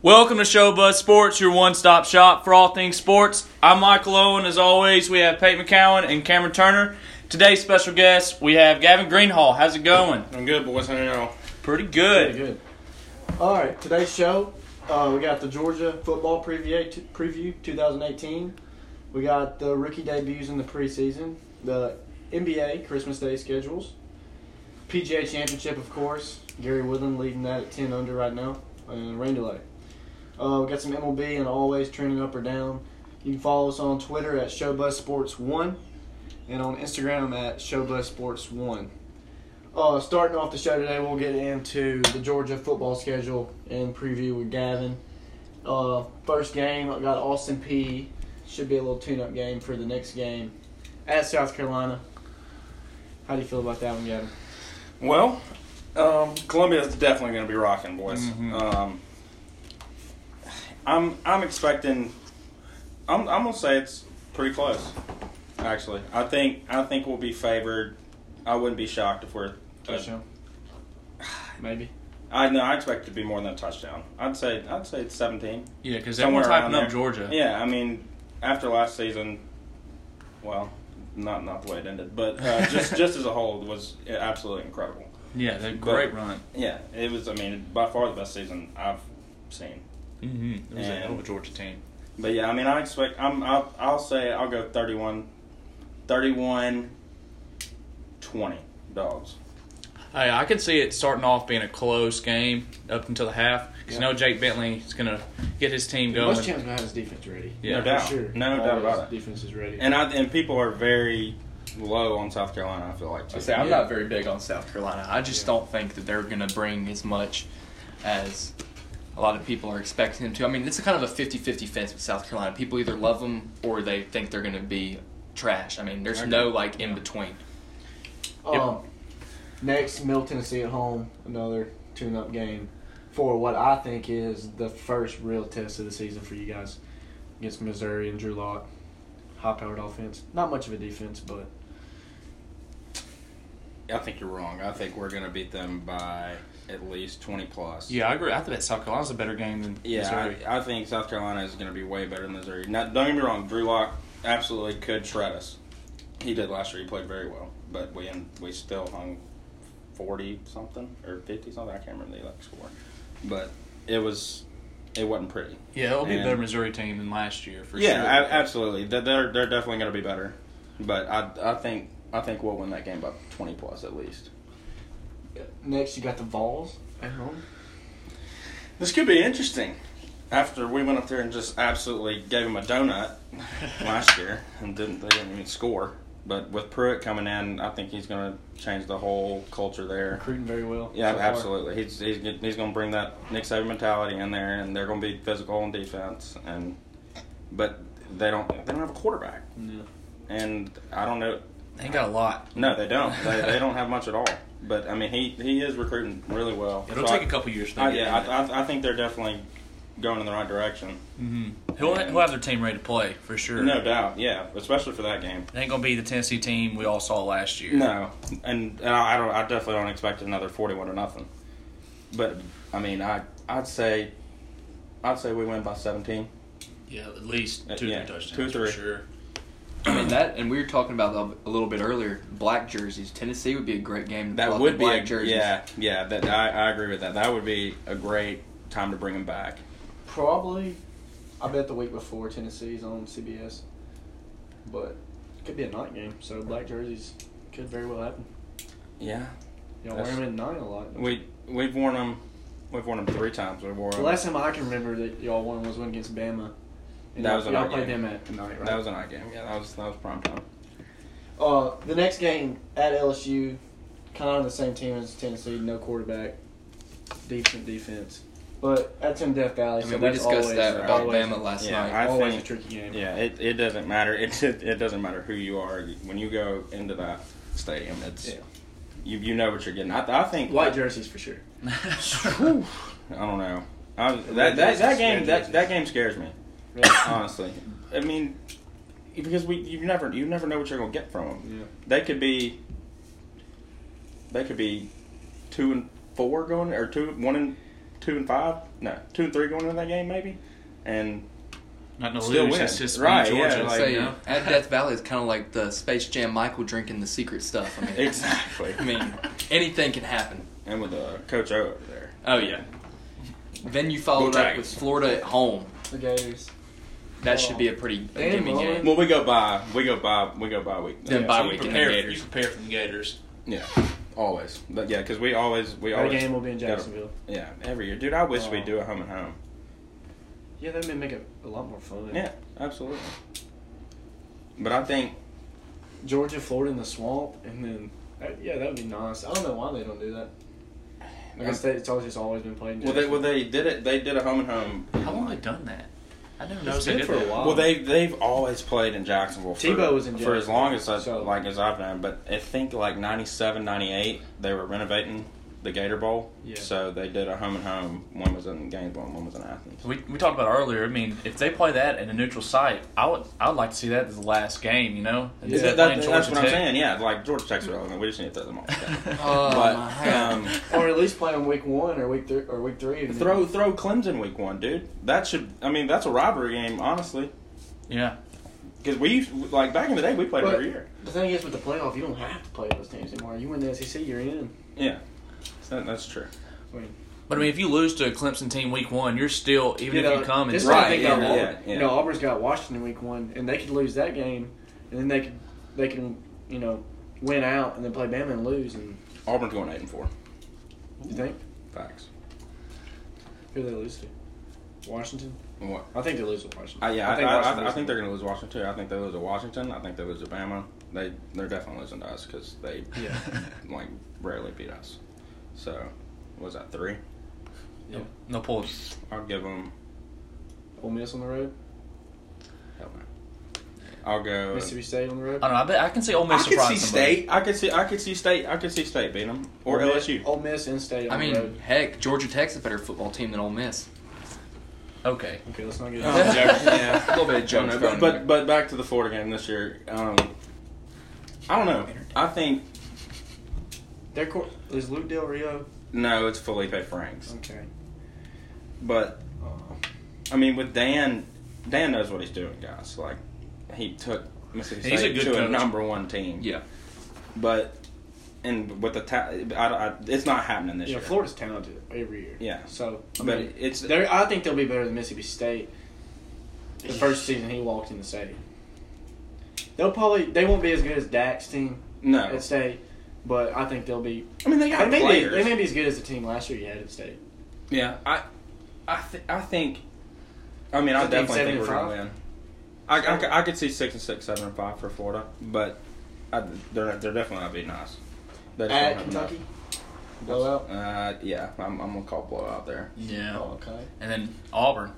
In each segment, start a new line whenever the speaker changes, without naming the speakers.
Welcome to Show Buzz Sports, your one-stop shop for all things sports. I'm Michael Owen. As always, we have Pate McCowan and Cameron Turner. Today's special guest, we have Gavin Greenhall. How's it going?
I'm good, boys. How y'all?
Pretty good.
Good. All right, today's show, uh, we got the Georgia football preview, t- preview 2018. We got the rookie debuts in the preseason, the NBA Christmas Day schedules, PGA Championship, of course. Gary Woodland leading that at 10 under right now, and rain delay. Uh, we got some MLB and always trending up or down. You can follow us on Twitter at ShowBuzSports1 and on Instagram at ShowBuzSports1. Uh, starting off the show today, we'll get into the Georgia football schedule and preview with Gavin. Uh, first game, I got Austin P. Should be a little tune-up game for the next game at South Carolina. How do you feel about that one, Gavin?
Well, um, Columbia's definitely going to be rocking, boys. Um, I'm I'm expecting. I'm I'm gonna say it's pretty close. Actually, I think I think we'll be favored. I wouldn't be shocked if we're.
Touchdown. Maybe.
I know. I expect it to be more than a touchdown. I'd say I'd say it's 17.
Yeah, because
Somewhere
everyone's
around
hyping up
there.
Georgia.
Yeah, I mean, after last season, well, not not the way it ended, but uh, just just as a whole, it was absolutely incredible.
Yeah, they're great
But-
run.
Yeah, it was. I mean, by far the best season I've seen.
Mm-hmm. It was a hell of a
And-
Georgia team.
But yeah, I mean, I expect. I'm. I'll, I'll say I'll go 31, 31, 20 dogs.
Hey, I could see it starting off being a close game up until the half. Because
Yeah.
I know Jake Bentley is going to get his team going.
West Cham's gonna have his defense ready.
Yeah.
no doubt.
For sure.
No doubt
Always
about it.
Defense is ready.
And I and people are very low on South Carolina. I feel like.
I
Too.
say I'm
Yeah.
not very big on South Carolina. I just don't think that they're going to bring as much as a lot of people are expecting them to. I mean, it's a kind of a 50-50 fence with South Carolina. People either love them or they think they're going to be trash. I mean, there's no like in between.
Um, next, Middle Tennessee at home, another tune-up game for what I think is the first real test of the season for you guys against Missouri and Drew Lock. High-powered offense, not much of a defense, but
I think you're wrong. I think we're gonna beat them by at least twenty plus.
yeah, I agree. I think that South Carolina's a better game than
Yeah,
Missouri.
I, I think South Carolina is going to be way better than Missouri. Not, don't get me wrong, Drew Lock absolutely could shred us. He did last year. He played very well, but we we still hung forty something or fifty something. I can't remember the exact score, but it was it wasn't pretty.
yeah, it'll be a
And-
better Missouri team than last year for sure.
yeah, a- absolutely. They're they're they're definitely going to be better, but I I think I think we'll win that game by twenty plus at least.
next you got the Vols at home.
This could be interesting. After we went up there and just absolutely gave them a donut last year, and didn't they didn't even score. But with Pruitt coming in, I think he's going to change the whole culture there.
Recruiting very well.
Yeah,
so far.
absolutely. He's he's get- he's going to bring that Nick Saban mentality in there, and they're going to be physical on defense. And but they don't they don't have a quarterback,
Yeah.
and I don't know.
They ain't got a lot.
No, they don't. they, they don't have much at all. But I mean, he he is recruiting really well.
It'll
So I-
take a couple years. For
I,
them to
yeah,
get
I, I, I think they're definitely going in the right direction.
it. he'll, he'll have their team ready to play for sure.
No doubt, yeah, especially for that game.
It ain't gonna be the Tennessee team we all saw last year.
No, and, and I don't. I definitely don't expect another forty-one or nothing. But I mean, I I'd say, I'd say we win by seventeen.
Yeah, at least
Uh,
two or
yeah,
three touchdowns
two or three.
for sure.
I mean that, and we were talking about a little bit earlier. Black jerseys, Tennessee would be a great game. To
That
pull out the
would be
black
a,
jerseys.
yeah, yeah. That I, I agree with that. That would be a great time to bring him back.
Probably, I bet the week before Tennessee's on CBS, but it could be a night game. So black jerseys could very well happen.
Yeah,
You don't wear
That's-
them at night a lot.
we we've worn him. We've worn him three times. We wore
The
'em-
last time I can remember that y'all won was when against Bama. And
That was a
y'all
night
played
game.
them at night, right?
That was a night game. Yeah, that was that was prime time.
uh, the next game at LSU, kind of the same team as Tennessee, no quarterback, decent defense, but that's in Death Valley.
I
so
mean, we
that's
discussed
always,
that about
always,
Bama last
yeah,
night.
I
always
think
a tricky game.
Yeah, it, it doesn't matter. It, it it doesn't matter who you are when you go into that stadium. It's
Yeah.
you you know what you're getting. I, I think
White jerseys for sure.
Whew, I don't know. I, that, that that game that that game scares me.
Really?
Honestly, I mean, because we you never you never know what you're gonna get from them.
Yeah.
They could be. They could be, two and four going or two one and two and five no two and three going into that game maybe, and
Not no
Still
lose.
win.
That's just
Right,
right, Georgia.
yeah, like,
Say,
you know?
at Death Valley is kind of like the Space Jam Michael drinking the secret stuff. I mean,
exactly.
I mean, anything can happen.
and with uh, Coach O over there,
Oh yeah. Then you followed
Go
up with Florida at home.
The Gators.
That should be a pretty a
Damn,
gimme
Mullen.
game.
well we go by we go by we go by week.
Then
yeah,
bye
so-
You
week.
prepare,
Gators.
you prepare for the Gators.
Yeah, always. But, yeah, because we always we
Our
always
game will be in
gotta-
Jacksonville.
yeah, every year, dude. I wish
Oh.
we'd do a home and home.
Yeah, that may make it a lot more fun.
Yeah, absolutely. But I think
Georgia, Florida in the swamp, and then that, yeah, that would be nice. I don't know why they don't do that. I guess they, it's always just always been played. in
well they well they did it they did a home and home.
How long have they done that? I never
It's
noticed they
been
did
for a
that.
while.
Well, they they've always played in Jacksonville. For,
Tebow was in
for as long as I,
Jacksonville, so-
like as I've known, but I think like 97, 98, they were renovating the Gator Bowl.
Yeah.
So they did a home and home. One was in Gainesville, and one was in Athens.
We, we talked about earlier. I mean, if they play that in a neutral site, I would I would like to see that as the last game. You know,
Yeah.
That- that-
Playing
that's
Georgia
what I'm
Tech.
saying. Yeah, like Georgia Tech's relevant. We just need to throw them off. Yeah.
Oh, my
but
God.
um,
or at least play them week one or week three or week three. and then-
throw throw Clemson week one, dude. That should. I mean, that's a rivalry game, honestly.
Yeah,
Because we like back in the day, we played
But-
every year.
The thing is, with the playoff, you don't have to play those teams anymore. You win the SEC, you're in.
Yeah. So that's true.
I mean,
but I mean, if you lose to a Clemson team week one, you're still even
you
if
know,
you come and
this
Right,
right, got
yeah,
Auburn.
yeah, yeah.
You know, Auburn's got Washington in week one, and they could lose that game, and then they could they can you know win out and then play Bama and lose. And
Auburn's going eight and four.
you think
Facts.
who they lose to? Washington.
What?
I think they lose to Washington.
Uh, yeah, I, think I,
Washington
I, I
loses.
think they're going to lose Washington. too. I think they lose to Washington. I think they lose to Bama. They they're definitely losing to us because they
Yeah.
like rarely beat us. So what was that three?
Yeah.
no pulls.
I'll give them.
Ole Miss on the road,
Hell no. I'll go.
Mississippi State on the road.
I don't know. I bet I can see Ole
I
Miss
could see
surprise somebody.
state. I could see. I could see state. I could see state beating them or
Ole Miss-
LSU.
Ole Miss and State. On
I
the
mean,
road.
heck, Georgia Tech's a better football team than Ole Miss.
Okay,
okay, let's not get.
Oh, I'm joking, yeah.
a little bit of jokes
But-
thrown in
but
there.
but back to the Florida game this year. Um, I don't know. I think
Their court is Luke Del Rio.
no. It's Felipe Franks,
Okay.
but I mean, with Dan, Dan knows what he's doing, guys. Like he took Mississippi
He's a
State
good
to a
coach.
number one team.
yeah,
but and with the ta- I, I, it's not happening this
Yeah,
year.
Florida's talented every year.
Yeah.
So, I
But
mean,
it's-
they're- I think they'll be better than Mississippi State. The first season he walked in the state, they'll probably they won't be as good as Dak's team
no,
at state, but I think they'll be.
I mean they
They
got
may, be,
players.
they may be as good as the team last year you had at state.
yeah, I I th- I think. I mean, I
Fifteen,
definitely
seven,
think we're
and
gonna
five?
win. I, I, could- I could see six and six, seven and five for Florida, but I, they're they're definitely not beating us. They just
At
don't have enough.
Kentucky, blowout.
Uh, yeah, I'm, I'm gonna call blowout there.
yeah,
Oh, okay.
and then Auburn.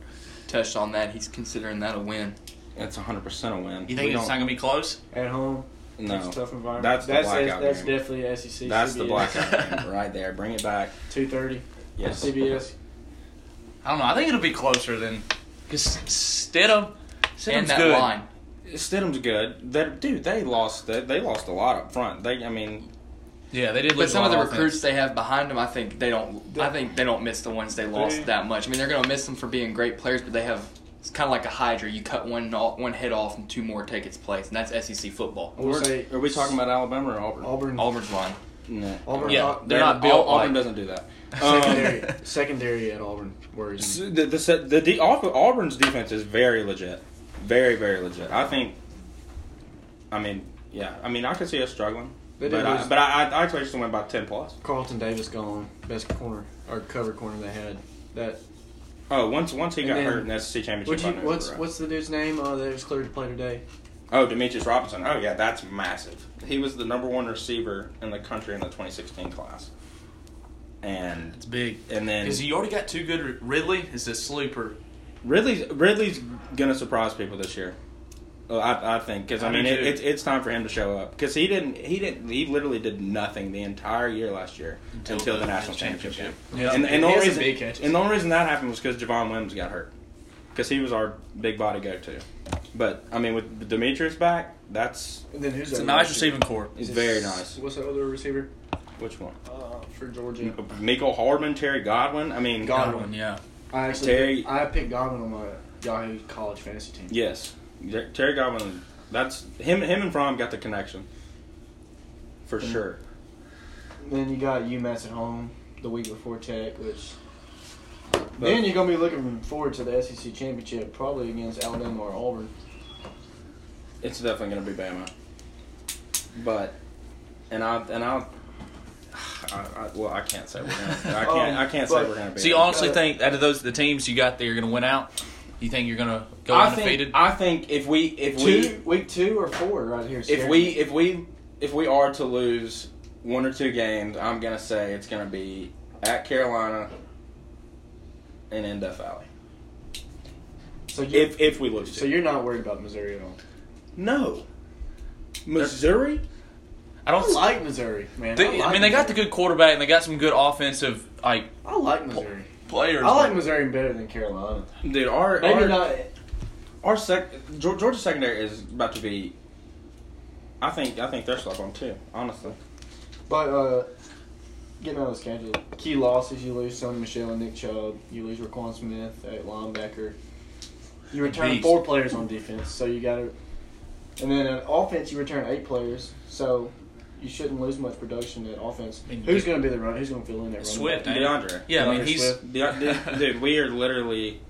touched on that. He's considering that a win.
That's 100 percent a win.
You think
We
it's not
don't-
gonna be close?
At home, it's a
No,
tough environment.
That's the
that's,
blackout
that's
game.
definitely E SEC.
that's
CBS.
the blackout game right there. Bring it back.
Two thirty.
Yes.
CBS.
I don't know. I think it'll be closer than because Stidham.
and
Stidham's
that
good.
line.
Stidham's good. They, dude, they lost. They, they lost a lot up front. They, I mean,
Yeah, they did
But
lose.
some
a
of
lot
the
offense.
recruits they have behind them, I think they don't.
The-
I think they don't miss the ones they lost
They-
that much. I mean, they're gonna miss them for being great players, but they have. It's kind of like a Hydra. You cut one off- one head off, and two more take its place, and that's SEC football.
I will say
are we talking about Alabama or Auburn?
Auburn.
Auburn's line.
No.
Auburn.
Yeah,
Au-
they're
They-
not built
Au- Auburn
like-
doesn't do that. Um,
Secondary, secondary at Auburn worries me.
s- the the, se- the de- Aub- Auburn's defense is very legit, very very legit. I think. I mean, yeah. I mean, I could see us struggling,
They did
but I,
lose-
but I I, I expect us to win by ten plus.
Carlton Davis gone, best corner or cover corner they had. That
Oh, once once he
And
got
then-
hurt in the SEC championship.
would you?
I knew we
What's
were up.
what's the dude's name? Uh, that was cleared to play today.
Oh, Demetrius Robinson. Oh, yeah, that's massive. He was the number one receiver in the country in the 2016 class. And
It's big.
and then
Because you already got two good. Ridley is a sleeper.
Ridley's Ridley's gonna surprise people this year. Well, I, I think because I
I
mean
do
it,
too.
it's it's time for him to show up because he didn't he didn't he literally did nothing the entire year last year until,
Until
the,
the
national
championship.
championship.
Yeah.
and, and the
He
only
had some
reason
big catches.
and the only reason that happened was because Javon Williams got hurt because he was our big body go to. But I mean with Demetrius back, that's
And then who's
It's
the
a
other
nice receiving core.
it's very nice.
What's that other receiver
Which one?
uh, for Georgia?
Michael Hardman, Terry Godwin. I mean,
Godwin.
yeah.
I actually
Terry-
picked- I picked Godwin on my Yahoo college fantasy team.
Yes, Ter- Terry Godwin. That's him. Him and Fromm got the connection for sure.
Then you got UMass at home the week before Tech, which
But-
then you're gonna be looking forward to the SEC championship, probably against Alabama or Auburn.
It's definitely going to be Bama. But and I and I'll, I, I well I can't say we're gonna I can't I can't say
But-
we're gonna be.
So you honestly think out of those the teams you got there, you're gonna win out? You think you're gonna go
I
undefeated?
think I think if we if we
Two week two or four right here.
if
scared
we
me.
if we if we are to lose one or two games, I'm gonna say it's gonna be at Carolina and in Death Valley.
so you
If if we lose,
so you're not worried about Missouri at all.
no Missouri.
I
I
don't.
like Missouri, man.
They- I,
like
mean, they got the
Missouri.
good quarterback and they got some good offensive like
I like Missouri.
players.
I like Missouri better than Carolina.
Dude, our
Maybe
our,
not.
our sec Geor- Georgia secondary is about to be. I think I think they're slow on too. Honestly,
But uh, getting out of the schedule, key losses you lose Sonny Michelle and Nick Chubb. You lose Raquan Smith at linebacker. You return
Beast.
four players on defense, so you got to. And then on offense, you return eight players, so you shouldn't lose much production at offense.
I mean,
Who's
you-
going to be the run? Who's going to fill in that run?
Swift,
back?
ain't it?
DeAndre.
Yeah, I mean
DeAndre
he's.
Swift.
The, the, dude, we are literally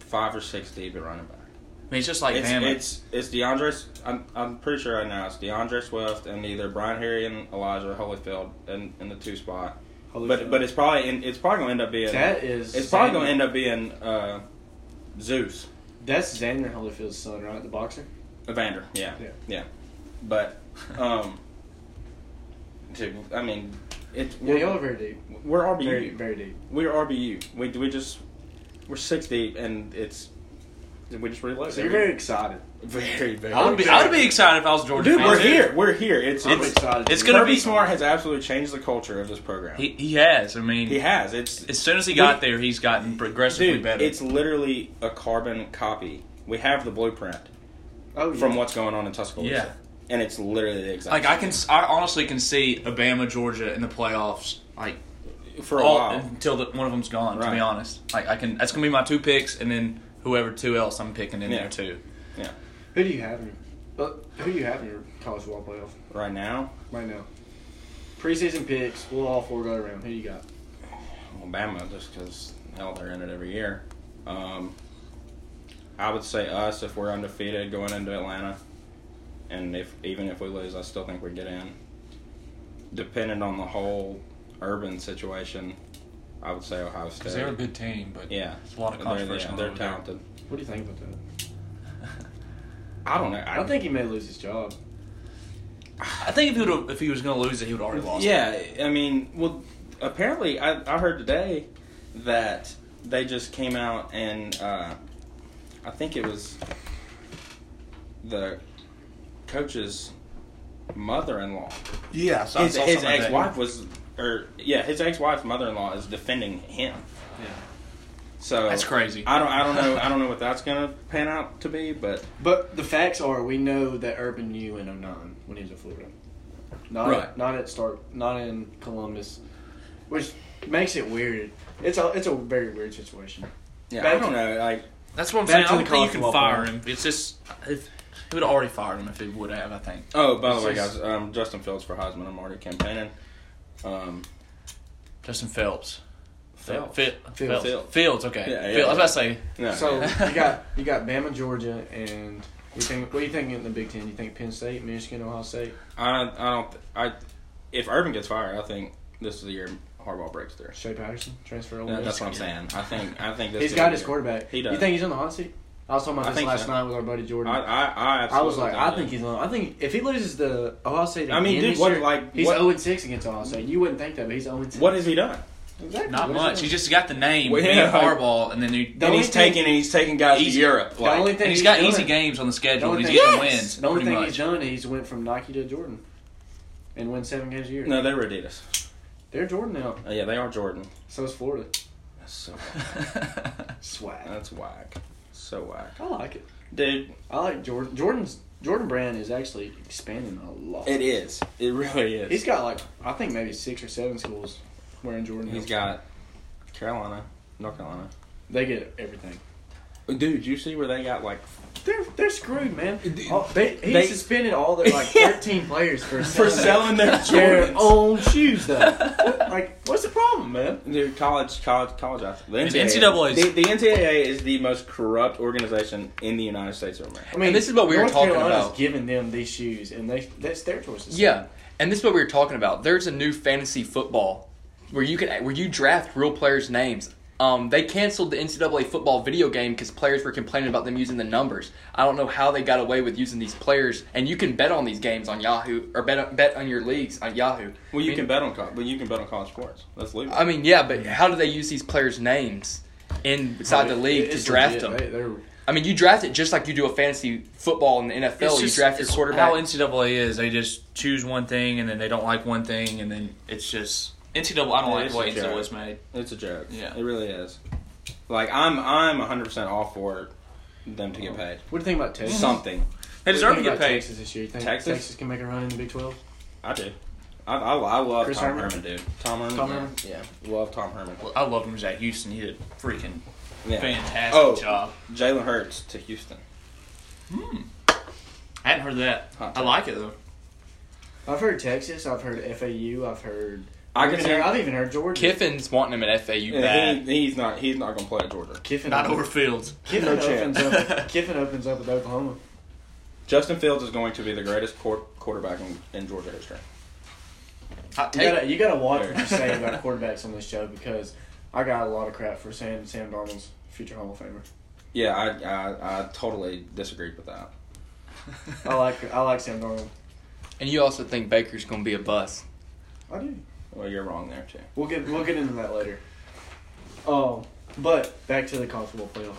five or six deep at running back.
I mean, it's just like
it's,
Bama.
it's it's DeAndre. I'm I'm pretty sure right now it's DeAndre Swift and either Brian Harry and Elijah Holyfield in, in the two spot.
Holy
but
shit.
but it's probably in, it's probably gonna end up being
that is
it's probably
Xander-
gonna end up being uh, Zeus
That's Xander Holyfield's son, right? The boxer.
Evander. Yeah,
Yeah.
yeah, But um, dude, I mean, it's
Yeah, y'all are very deep,
we're RBU.
very very deep.
We're RBU. We we just we're six deep and it's we just reload.
So you're very excited.
very very.
I would be. I would be excited if I was a Georgia.
Dude,
fan,
we're here. We're here. It's
I'm
it's
excited.
it's
dude.
gonna
Kirby
be-
Smart has absolutely changed the culture of this program.
He, he has. I mean,
He has. It's
as soon as he got there, he's gotten progressively
dude,
better.
it's literally a carbon copy. We have the blueprint
Oh, yeah.
from what's going on in Tuscaloosa.
Yeah.
And it's literally the exact
like I can. s- I honestly can see Alabama, Georgia in the playoffs. Like
same. for a
all-
while.
until the, one of them's gone. To
Right.
be honest, like I can. That's gonna be my two picks, and then whoever two else I'm picking in
Yeah.
there too.
Yeah.
Who do you have in your? Uh, who do you have in your college football playoff
Right now,
right now? Preseason picks. We'll all four go around. Who you got?
Alabama, just because hell, they're in it every year. Um, I would say us if we're undefeated going into Atlanta, and if even if we lose, I still think we get in. Depending on the whole urban situation, I would say Ohio State.
Because they're a good team, but
yeah,
it's a lot of
They're- they're-
controversy.
They're,
over there.
talented.
What do you think about that?
I don't know.
I don't think he may lose his job.
I think if he would, if he was gonna lose it, he would already lost. it.
Yeah, I mean, well, apparently I, I heard today that they just came out and uh, I think it was the coach's mother-in-law.
yeah. So
his his ex-wife was, or yeah, his ex-wife's mother-in-law is defending him.
Yeah.
So
That's crazy.
I don't I don't know I don't know what that's gonna pan out to be, but
But the facts are, we know that Urban knew in 09 when he was at Florida. Not
Right.
not at Stark, not in Columbus, which makes it weird. It's a it's a very weird situation.
yeah,
Back
I don't
to-
know. Like
That's what I'm
Back
saying.
to
I don't
the
think
college
you can
football
fire
playoff.
him. It's just if, he would have already fired him if he would have. I think.
oh, by the
It's
way,
just-
guys, um, Justin Fields for Heisman. I'm already campaigning. Um,
Justin Phelps.
Phelps.
Phil-
Fields.
Fields. Fields. Okay.
Yeah, yeah.
Fields. I was about to say
no,
so
yeah.
you got you got Bama, Georgia, and you think what do you think in the Big Ten? You think Penn State, Michigan, Ohio State?
I don't. I don't. I if Urban gets fired, I think this is the year Harbaugh breaks through.
Shea Patterson transfer over.
That- that's what I'm saying. I think. I think this.
He's
is
got
the
his
year.
quarterback.
He does.
You think he's on the hot seat? I was talking
I
about this
think
last
so.
night with our buddy Jordan.
I. I. I,
I was
absolutely
like, I
he
think
is.
he's on. I think if he loses the Ohio State,
I mean,
again
dude,
this
what-
year,
like,
he's
what-
zero and six against Ohio State. You wouldn't think that, but he's zero and six.
What has he done?
Exactly.
not
What is
much.
that?
He just got the name,
Well,
being
yeah, like-
Harbaugh, and then he,
The
and
only
he's
thing-
taking. And he's taking guys to
Easy-
Europe.
The
Like,
only thing
and he's got
doing-
easy games on the
the
schedule,
only
and he's
thing-
getting
Yes!
wins.
The only
pretty
thing
much.
he's done is went from Nike to Jordan, and win seven games a year.
no, they're Adidas.
They're Jordan now.
Uh, yeah, they are Jordan.
So is Florida.
That's so.
Swag.
That's whack. So whack,
I like it.
dude.
I like Jordan. Jordan's Jordan brand is actually expanding a lot.
It is. It really is.
He's got like I think maybe six or seven schools wearing Jordan.
He's got Carolina, North Carolina,
They get everything.
Dude, you see where they got like
They're they're screwed, man.
Dude,
All- they, he
they-
suspended all the like thirteen players for
for selling their
their
Jordans?
own shoes though. like, what's the problem, man?
Dude, college, college, college athletes.
The NCAA
the, the NCAA is the most corrupt organization in the United States of America.
I mean,
And this is what we were
North
talking
Carolina's
about.
Giving them these shoes, and they that's their choice.
Yeah, and this is what we were talking about. There's a new fantasy football where you can where you draft real players' names. Um, they canceled the NCAA football video game because players were complaining about them using the numbers. I don't know how they got away with using these players, and you can bet on these games on Yahoo or bet bet on your leagues on Yahoo.
Well, you
I mean,
can bet on college, but you can bet on college sports. That's legal.
I mean, yeah, but how do they use these players' names inside the league to draft them?
them.
I mean, you draft it just like you do a fantasy football in the NFL. you draft your
it's
quarterback.
How NCAA is, they just choose one thing and then they don't like one thing and then it's just NCAA. I don't
Yeah,
like
it's
the way
a joke.
NCAA is made.
It's a joke.
Yeah.
it really is. Like I'm, I'm 100 percent all for them to get paid
What do you think about Texas?
something.
They
What do you
deserve to
think
get
about
paid.
Texas this year. You think
Texas?
Texas? can make a run in the Big Twelve.
I do. I, I, I love
Chris
Tom
Herman?
Herman, dude. Tom Herman.
Tom
yeah.
Herman?
yeah. love Tom Herman.
I love him. He's at Houston. He did a freaking
Yeah.
fantastic
Oh.
job.
Jalen Hurts to Houston.
I hadn't heard that.
Hot
I
take.
like it though.
I've heard Texas. I've heard FAU. I've heard.
I
I've
can
even
see-
heard- I've even heard Georgia.
Kiffin's wanting him at FAU
Yeah,
bad.
he, he's not. He's not gonna play at Georgia.
Kiffin.
Not over Fields.
Kiffin
No
opens
chance.
up. Kiffin opens up with Oklahoma.
Justin Fields is going to be the greatest quar- quarterback in, in Georgia history.
Hot
You
take.
gotta, you gotta watch what you say about quarterbacks on this show because I got a lot of crap for saying Sam Darnold's future Hall of Famer.
Yeah, I, I, I totally disagreed with that.
I like I like Sam Darnold.
And you also think Baker's going to be a bust.
I do.
Well, you're wrong there too.
We'll get we'll get into that later. Um, but back to the college football playoff.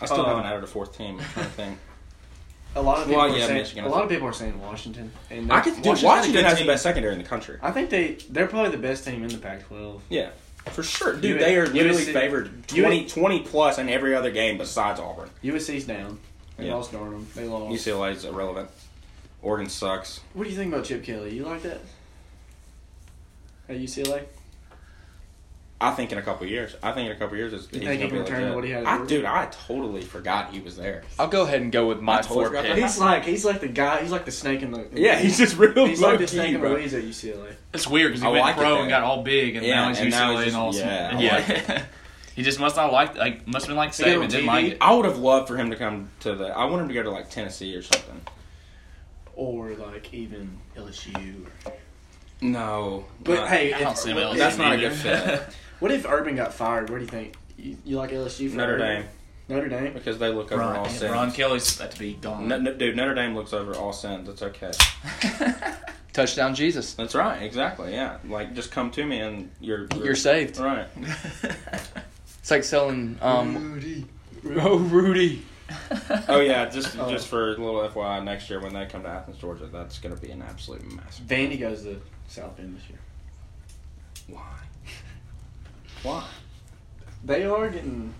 I still
Uh,
haven't added a fourth team. I think.
A lot of people
Well,
are
yeah,
saying
Michigan
a
is
lot
a-
of people are saying Washington. And
I could. Dude,
Washington's
Washington,
a good
has
team.
the best secondary in the country.
I think they they're probably the best team in the Pac-12.
Yeah, for sure, dude.
You-
they are
you
literally
would see-
favored
you would-
20, 20 plus in every other game besides Auburn.
USC's down. They
Yeah.
lost Darnold. They lost.
UCLA is irrelevant. Oregon sucks.
What do you think about Chip Kelly? You like that? At UCLA?
I think in a couple years. I think in a couple years, it's,
You
he's
think he
gonna be
can return
legit.
to what he had at
I,
Georgia?
dude, I totally forgot he was there.
I'll go ahead and go with my
I totally
four
forgot
pick.
that.
He's like he's like the guy. He's like the snake in the.
Yeah, he's just real
He's
low
like the
key,
snake in the
bro.
weeds at UCLA.
It's weird because he
I
went
like it
pro
there.
and got all big, and
Yeah,
now he's
and
UCLA
now he's
and all.
just- yeah,
small.
I
he just must not like. Like must have been like
They go
Saban.
on
Didn't
TV.
like it.
I would have loved for him to come to the. I want him to go to like Tennessee or something.
Or like even LSU.
No,
But
not-
hey,
I
if,
don't see
what,
LSU
that's not a
either.
good fit.
what if Urban got fired? What do you think? You, you like LSU? For
Notre
Urban?
Dame
Notre Dame.
because they look over all
Ron,
sins.
Ron Kelly's about to be gone.
No- no- dude, Notre Dame looks over all sins. It's okay.
Touchdown Jesus.
That's right. Exactly. Yeah. Like just come to me and you're
You're saved.
Right.
It's like selling um Oh Rudy.
Oh yeah. Just
Oh.
just for a little FYI, next year when they come to Athens, Georgia, that's gonna be an absolute mess.
Vandy goes to South Bend this year.
Why? Why?
They are getting.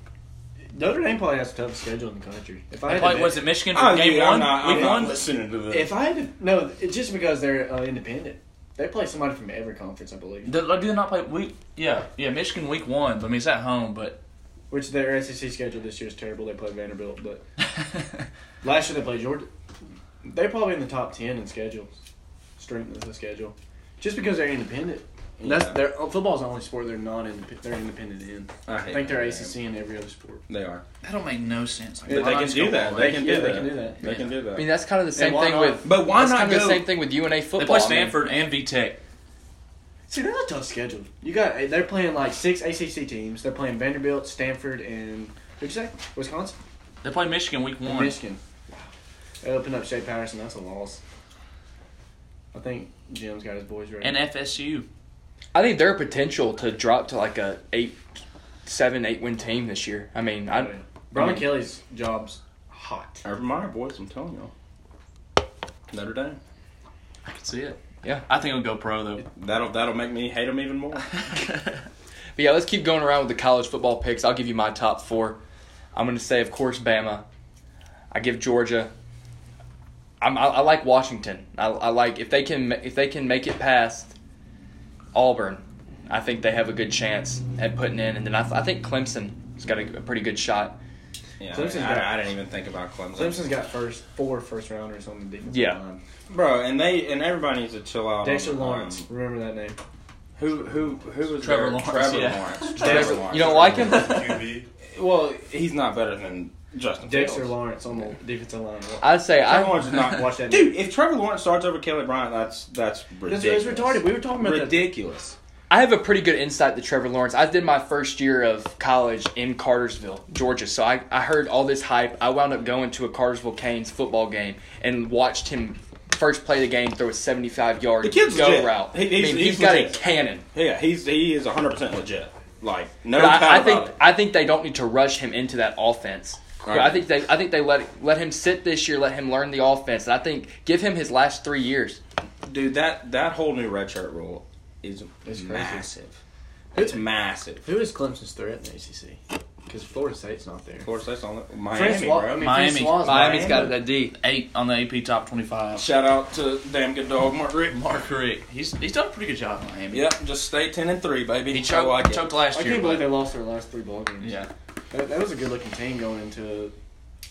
Notre Dame probably has the toughest schedule in the country. If I
They
had
played-
to,
was
pick-
it Michigan
Oh,
for game one? Week one?
listening to this.
If I had to, no, it's just because they're uh, independent. They play somebody from every conference, I believe.
Did, did they not play week? Yeah, yeah. Michigan week one. I mean, it's at home, but
Which their SEC schedule this year is terrible. They play Vanderbilt, but last year they played Georgia. They're probably in the top ten in schedules, strength of the schedule, just because they're independent. That's
Yeah.
their football's the only sport they're not indep- they're independent in.
I,
I
hate
think they're
Notre Dame.
ACC in every other sport.
They are.
that don't make no sense. Like,
But
why
they
not
can
just
do
go
that.
all
They
in?
can
Yeah,
do
they
that.
can do that.
They can do
I
that.
mean that's kind of the same
why
thing
not?
with
But why
that's
not
kind of
go-
the same thing with UNA football.
They play
I mean,
Stanford and VTech.
See, that's a tough schedule. You got they're playing like six ACC teams. They're playing Vanderbilt, Stanford, and who'd you say? Wisconsin,
They play Michigan week
And
one.
Michigan. They opened up Shea Patterson. That's a loss. I think Jim's got his boys ready.
and FSU.
I think their potential to drop to like a eight seven, eight win team this year. I mean I
Brian
I mean-
Kelly's job's hot.
Urban Meyer boys, I'm telling y'all. Notre Dame.
I can see it.
Yeah.
I think it'll go pro though.
That'll that'll make me hate them even more.
But yeah, let's keep going around with the college football picks. I'll give you my top four. I'm going to say, of course, Bama. I give Georgia. I'm, I, I like Washington. I, I like if they can if they can make it past Auburn, I think they have a good chance at putting in. And then I, I think Clemson. He's got a, a pretty good shot.
Yeah,
Clemson's
I,
got-
I, I didn't even think about Clemson.
Clemson's got first four first rounders on the defense
Yeah.
line.
bro, and they and everybody needs to chill out.
Dexter
on,
Lawrence,
um,
remember that name?
who who who was there?
Trevor Lawrence,
Trevor
yeah.
Lawrence.
Dexter-
Trevor
you
Lawrence.
You don't like him?
QB.
Well, he's not better than Justin.
Dexter
Fields.
Lawrence on the defensive line.
I'd say I.
Trevor Lawrence is not.
Watch that.
Dude, if Trevor Lawrence starts over Kelly Bryant, that's that's ridiculous.
That's, that's retarded. We were talking about that.
ridiculous.
I have a pretty good insight to Trevor Lawrence. I did my first year of college in Cartersville, Georgia. So I, I heard all this hype. I wound up going to a Cartersville Canes football game and watched him first play the game throw a 75 yard
The kid's
go
legit.
route.
He- he's-
I mean,
he's
he's got
legit.
a cannon.
Yeah, he's he is 100 percent legit. Like no
But
doubt
I, I
about
think
it.
I think they don't need to rush him into that offense. But I
Right.
think they I think they let let him sit this year, let him learn the offense, and I think give him his last three years.
Dude, that that whole new red shirt rule is
It's crazy.
massive. It's massive.
Who is Clemson's threat in the ACC? Because Florida State's not there.
Of course, that's on the- Miami,
Francois-
bro.
I mean,
Miami.
Francois-
Miami.
Miami's got that D.
Eight on the AP top 25.
Shout out to damn good dog Mark Rick.
Mark Rick. He's, he's done a pretty good job in Miami.
Yep, just stay 10 and three, baby.
He
Oh, I
choked,
like it.
choked last
I
year.
can't believe
but-
they lost their last three ball games.
Yeah.
That, that was a good looking team going into.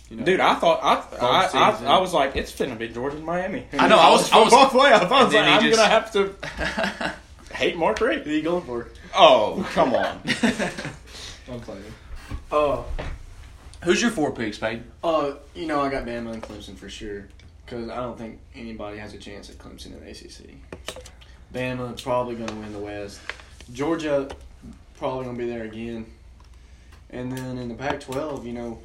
You know,
Dude, I thought I
Both
I,
season.
I I was like, it's finna be Georgia and Miami.
I know, I was- I was-
both playoff. I was like,
then he
I'm
just-
gonna have to hate Mark Rick.
who you going for?
Oh, come on.
I'm playing. Oh,
Who's your four picks, babe?
uh, you know I got Bama and Clemson for sure because I don't think anybody has a chance at Clemson in the ACC. Bama probably going to win the West. Georgia probably going to be there again. And then in the Pac-12, you know,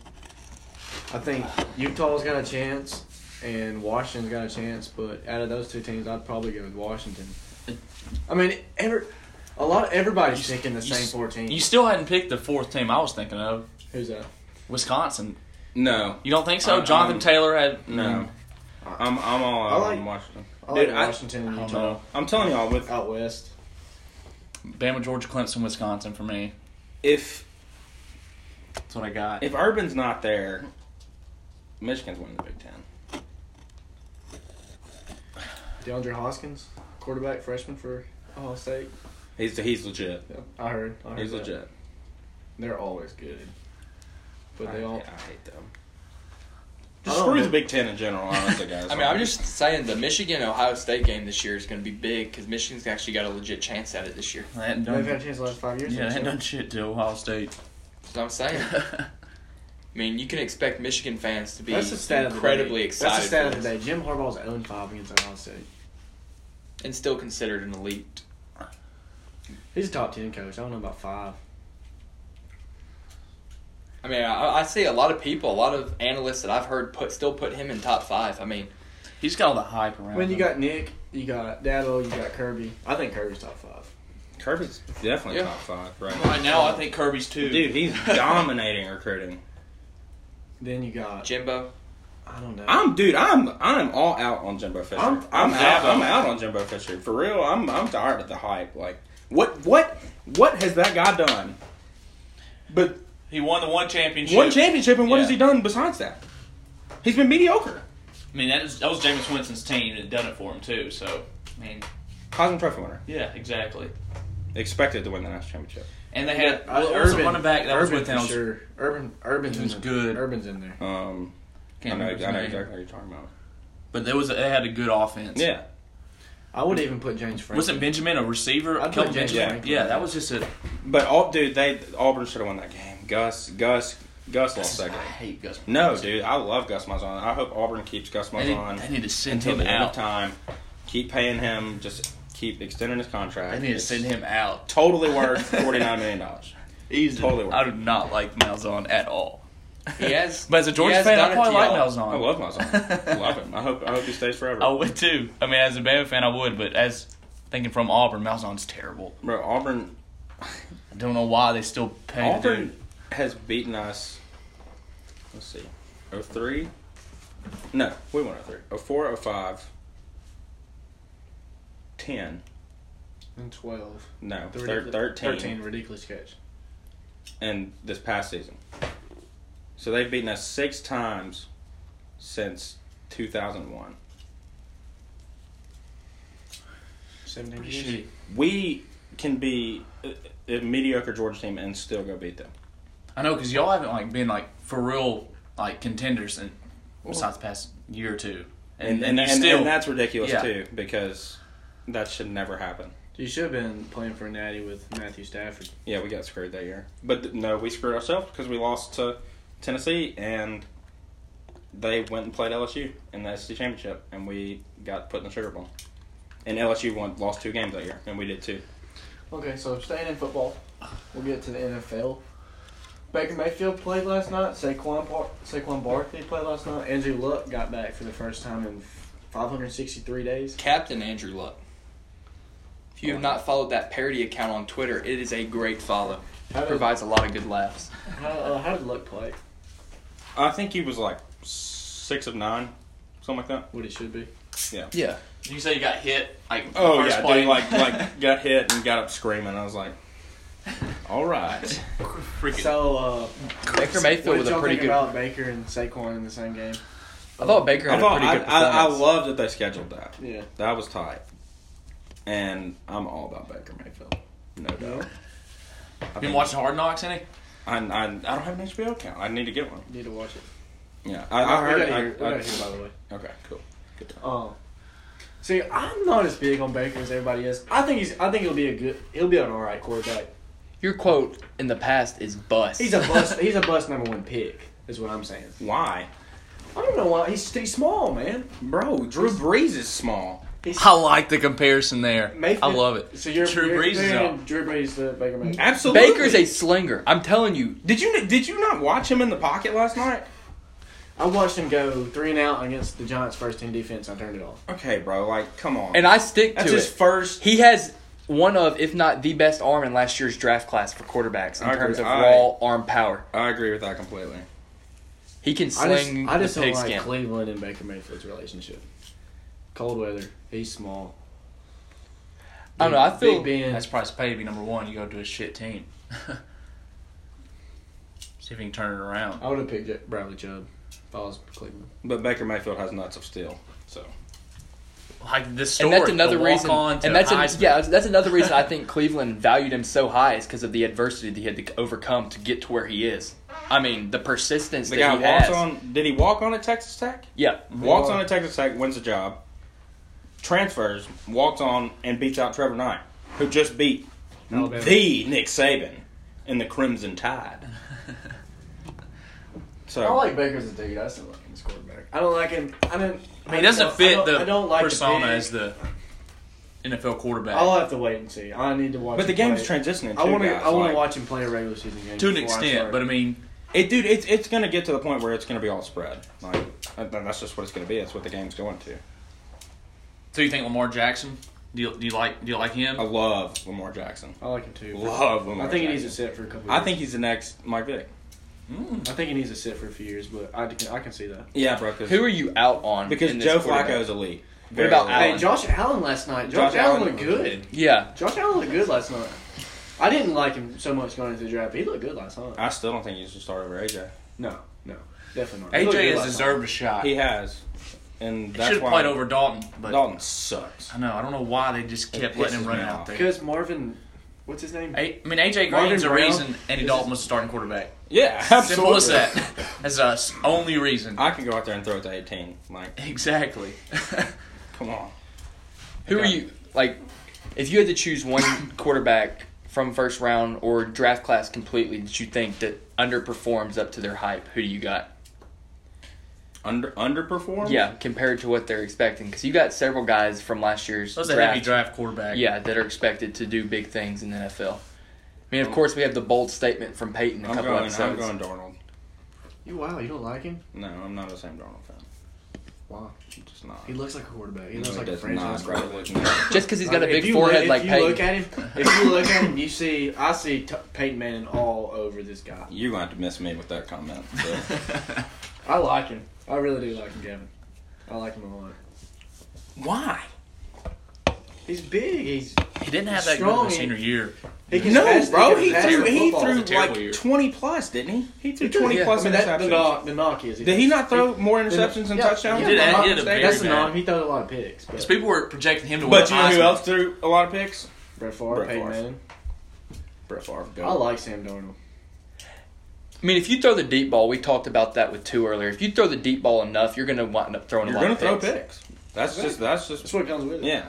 I think Utah's got a chance and Washington's got a chance, but out of those two teams, I'd probably go with Washington. I mean, every a lot of everybody's
You s-
picking the
you
same
s-
four teams.
You still hadn't picked the fourth team I was thinking of
Who's that?
Wisconsin.
No,
You don't think so?
Um,
Jonathan Taylor had.
no. I'm I'm all
I
out
like-
on Washington.
I
Dude,
like
I-
Washington
I
and
don't
Utah.
know.
I'm telling y'all, with
Out west.
Bama, Georgia, Clemson, Wisconsin for me.
if
That's what I got.
if Urban's not there, Michigan's winning the Big Ten.
DeAndre Hoskins, quarterback freshman for Ohio State.
He's he's legit.
Yeah, I heard. I heard
He's
that.
legit.
They're always good. But they
I,
all.
I hate them.
I
Just
don't
screw
know.
the Big Ten in general, honestly, guys.
I mean, I'm just saying the Michigan Ohio State game this year is going to be big because Michigan's actually got a legit chance at it this year.
They hadn't
They've had
done,
a chance the last five years.
yeah, they
so-
hadn't done shit to Ohio State.
That's what I'm saying. I mean, you can expect Michigan fans to be
That's the stat of the
incredibly
day.
excited
That's the stat
for
of the
this
day. Jim Harbaugh's own five against Ohio State.
and still considered an elite.
He's a top ten coach. I don't know about five.
I mean, I, I see a lot of people, a lot of analysts that I've heard put still put him in top five. I mean,
He's got all the hype around.
When you
him.
got Nick, you got Dabo, you got Kirby. I think Kirby's top five.
Kirby's definitely
Yeah.
top five right now.
right now, I think Kirby's two.
Dude, he's dominating recruiting.
Then you got
Jimbo,
I don't know.
I'm dude. I'm I'm all out on Jimbo Fisher.
I'm-
I'm,
I'm
out.
Dabo.
I'm out on Jimbo Fisher for real. I'm I'm tired of the hype. Like what what what has that guy done? But
he won the one championship.
one championship, and what
Yeah.
has he done besides that? He's been mediocre.
I mean, that, is, that was Jameis Winston's team that done it for him too. So, I mean,
Heisman Trophy winner,
yeah, exactly.
expected to win the national championship.
And they
Yeah,
had
I-
what was the
Urban,
running back that was
Urban
with him?
for sure. Urban, Urban's
He was
in there.
good.
Urban's in there.
Um, I
Can't
know, I
remember
know
his name.
exactly what you're talking about.
But there was they had a good offense.
Yeah,
I would even put James Franklin.
Wasn't Benjamin a receiver?
I'd put
Kelvin
James
Benjamin.
Franklin.
Yeah, that was just a.
but all dude, they Auburn should have won that game. Gus Gus Gus lost that
I
game.
hate Gus.
No, dude, I love Gus Malzahn. I hope Auburn keeps Gus
They need,
Malzahn.
they need to send
until
him
the end of
out.
time. Keep paying him. Just keep extending his contract.
They need to send him out.
Totally worth forty nine million dollars.
Easy.
Totally worth.
I do
it.
not like Malzahn at all.
he has.
But as a
he
Georgia
has
fan,
done
I
it
probably
to
like
y'all.
I
Malzahn.
love Malzahn. I love him. I hope. I hope he stays forever.
I would too. I mean, as a Bama fan, I would. But as thinking from Auburn, Malzahn's terrible.
Bro, Auburn.
I don't know why they still pay. to do
Auburn has beaten us. Let's see, 03? No, we won 03. 04, 05, 10.
And twelve.
No,
The
thir-
ridiculous-
13,
Thirteen ridiculous catch.
and this past season. So they've beaten us six times since 2001.
Seventeen.
Pretty
catch.
shitty.
we can be a, a mediocre Georgia team and still go beat them.
I know because y'all haven't like been like for real like contenders in, besides the past year or two,
and and,
you
and,
still
and that's ridiculous
Yeah.
too because that should never happen.
You should have been playing for Natty with Matthew Stafford.
Yeah, we got screwed that year, but th- no, we screwed ourselves because we lost to Tennessee and they went and played LSU in the SEC championship, and we got put in the Sugar Bowl. And LSU won, lost two games that year, and we did too.
Okay, so staying in football, we'll get to the NFL. Baker Mayfield played last night. Saquon Bar- Saquon Barkley played last night. Andrew Luck got back for the first time in 563 days.
Captain Andrew Luck. If you have not followed that parody account on Twitter, it is a great follow.
How
It
did,
provides a lot of good laughs.
how, uh, how did Luck play?
I think he was like six of nine, something like that.
What he should be.
Yeah.
you say you got hit like
Oh
first
yeah,
play.
dude, like like got hit and got up screaming. I was like, all right.
freaking
So, uh,
Baker
what
Mayfield
did
was a
y'all
pretty
think
good.
about Baker and Saquon in the same game?
I thought Baker
I
had
thought
a
I,
pretty good
I, I
performance.
love that they scheduled that.
Yeah.
That was tight. And I'm all about Baker Mayfield, no doubt. I've
been watching Hard Knocks, any?
I, I, I don't have an HBO account. I need to get one.
Need to watch it.
Yeah, I, I
We
heard.
got here, we
I, I,
got here, by the way.
okay, cool.
Um, see, I'm not as big on Baker as everybody is. I think he's. I think he'll be a good. He'll be an all right quarterback.
Your quote in the past is bust.
He's a bust. he's a bust number one pick. Is what I'm saying.
Why,
I don't know why he's he's small, man.
bro? Drew Brees is small.
He's
I like the comparison there. I
Mayfield-
love it.
So you're
Drew
you're
Brees is
comparing
out.
Drew Brees to Baker Mayfield.
Absolutely.
Baker's a slinger. I'm telling you.
Did you did you not watch him in the pocket last night?
I watched him go three and out against the Giants' first team defense. I turned it off.
Okay, bro. Like, come on.
And I stick to
that's his
it.
first.
He has one of, if not the best arm in last year's draft class for quarterbacks in
I agree.
terms of
I-
raw arm power.
I agree with that completely.
He can
I just,
sling
I just
the
don't
pigskin.
like Cleveland and Baker Mayfield's relationship. Cold weather. He's small.
I don't know. I feel
Big Ben.
That's probably supposed to be number one. You go to a shit team. See if you can turn it around.
I would have picked J- Bradley Chubb if I was Cleveland.
But Baker Mayfield has nuts of steel. So
Like this story.
and that's another
the
reason.
walk-on to
And that's an,
Heisman.
yeah, that's another reason I think Cleveland valued him so high is because of the adversity that he had to overcome to get to where he is. I mean, the persistence
the
that
guy
he
walks
has.
on. Did he walk on at Texas Tech?
yeah,
Walks on at Texas Tech, wins the job, transfers, walks on, and beats out Trevor Knight, who just beat
Alabama.
the Nick Saban in the Crimson Tide. So
I like Baker as a dude. I still like him as quarterback. I don't like him. I mean,
I mean, it doesn't fit the persona
big-
as the NFL quarterback.
I'll have to wait and see. I need to watch.
but the
him
game's
play.
transitioning. Too,
I want to.
guys.
I want
Like,
to watch him play a regular season game
to an
before I
extent,
start.
but I mean,
it, dude. It's it's gonna get to the point where it's gonna be all spread. Like uh, that's just what it's gonna be. That's what the game's going to.
so you think Lamar Jackson? Do you, do you like do you like him?
I love Lamar Jackson.
I like him too.
Love Lamar.
I think he needs to
Jackson.
sit for a couple.
I
Years.
think he's the next Mike Vick.
Mm.
I think he needs to sit for a few years, but I can, I can see that.
Yeah, bro. 'cause-
who are you out on?
because
in this
Joe
quarterback?
Flacco is elite.
What about
Very
Allen?
Hey, Josh Allen last night. Josh,
Josh
Allen
Allen
looked
looked
good.
Yeah,
Josh Allen looked good last night. I didn't like him so much going into the draft. But he looked good last night.
I still don't think he should start over AJ.
No, no, definitely not. He looked
AJ
good
has
last
deserved a shot.
He
He
has, and
should
that's
have
why
played over Dalton, but
Dalton sucks.
I know I don't know why they just
It
kept letting
pisses
him run
me
out
off.
there.
night. Because Marvin, what's his name?
A- I mean, AJ
Marvin
Green's a
Brown
reason Andy
is-
Dalton was the starting quarterback.
Yeah,
Simple as
absolutely.
that. That's the s- only reason.
I can go out there and throw it to 18. Like,
Exactly.
come on.
who are
Okay.
you like? If you had to choose one quarterback from first round or draft class completely that you think that underperforms up to their hype, who do you got?
Under underperform.
Yeah, compared to what they're expecting, because you got several guys from last year's
That's a
draft.
heavy draft quarterback.
yeah, that are expected to do big things in the NFL. I mean, of course, we have the bold statement from Peyton a
I'm
couple
going. I'm
episodes.
going Darnold.
You wow, you don't like him?
No, I'm not a Sam Darnold fan.
Wow,
I'm just not.
he looks like a quarterback. He
No,
looks
he
like a
does
franchise
not, bro.
quarterback.
Just because he's got a
If
big
you
forehead
look,
like
if you
Peyton.
look at him, if you look at him, you see I see t- Peyton Manning all over this guy.
You're going to have to miss me with that comment. so.
I like him. I really do like him, Gavin. I like him a lot.
Why?
He's big. He's
He didn't have that
Strong
good of a
and-
senior year.
he can
no,
pass-
bro.
can
He
pass
threw.
the
He
football.
It's
threw
a terrible year.
like 20 plus, didn't he? He threw
He did,
20
yeah.
plus
I mean, that, the,
interceptions.
knock, the knock is.
Did he not throw more
the-
interceptions and
yeah,
touchdams?
yeah,
He did,
if I'm
he
not
did a
mistaken?
very
That's the
bad.
knock. He threw a lot of picks.
Because
But
people were projecting him to win.
But you know who
Heisman.
else threw a lot of picks?
Brett Favre,
Brett
Peyton
Favre.
Manning.
Brett Favre.
I like Sam Darnold.
I mean, if you throw the deep ball, we talked about that with two earlier. If you throw the deep ball enough, you're going to wind up throwing
You're
a lot
gonna
of
throw
picks.
picks. That's just that's just
That's what comes with it.
yeah.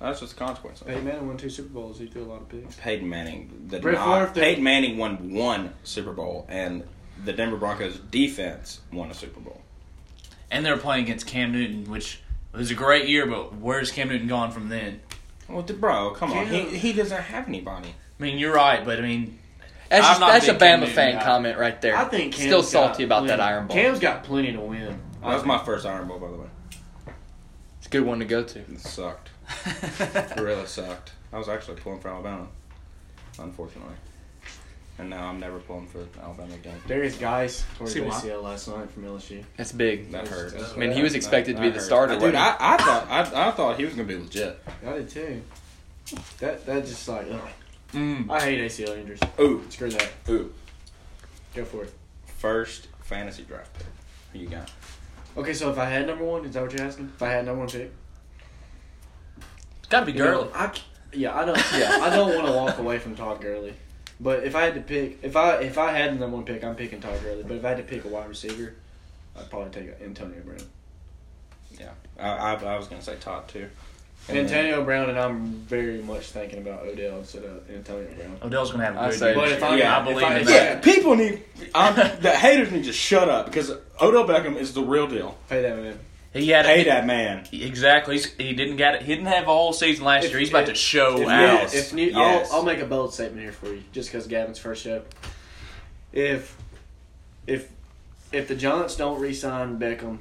That's just consequence.
Peyton Manning won two Super Bowls. He threw a lot of picks.
Peyton Manning did
Brett
not.
Favre did-
Peyton Manning won one Super Bowl, and the Denver Broncos defense won a Super Bowl.
And they were playing against Cam Newton, which was a great year, but where's Cam Newton gone from then?
Well, d- bro, come on.
Yeah.
He, he doesn't have anybody.
I mean, you're right, but I mean,
That's,
I'm
just,
not
that's a
big Cam
Bama
Newton
fan
guy.
comment right there.
I think Cam's
Still
got
salty about that
plenty-
iron ball.
Cam's got plenty to win.
That was my first Iron Bowl, by the way.
It's a good one to go to.
It sucked. It really sucked. I was actually pulling for Alabama, unfortunately. And now I'm never pulling for Alabama again.
Darius Guys tore
See
his
why?
ACL last night from LSU.
That's big.
That hurts.
I
mean, he was
That-
expected to be
that
the
hurts.
starter,
Dude,
wasn't he?
I, I thought I, I thought he was gonna be legit.
I did too.
That that just like ugh.
mm,
I hate ACL injuries.
Ooh,
Screw that.
ooh.
Go for it.
First fantasy draft pick. Who you got?
Okay, so if I had number one, is that what you're asking? If I had number one pick,
it's got to be Gurley.
I c- yeah, I don't.
Yeah.
Yeah, I don't want to walk away from Todd Gurley. But if I had to pick, if I if I had the number one pick, I'm picking Todd Gurley. But if I had to pick a wide receiver, I'd probably take Antonio Brown.
I, I, I was gonna say Todd too. And then-
Antonio Brown, and I'm very much thinking about Odell instead of Antonio Brown.
Odell's gonna have a
I
good
say-
year.
But if I'm-
yeah, I
if
believe
I-
in that.
Yeah, people need. I'm, the haters need to shut up because Odell Beckham is the real deal.
Pay that man.
He had
Hey,
a,
that man.
exactly. He's, he didn't get it. He didn't have a whole season last
If-
year. He's about
if-
to show out.
If,
Oh, Yes.
need- if need,
Yes.
I'll, I'll make a bold statement here for you, just because Gavin's first show. If if if the Giants don't re-sign Beckham,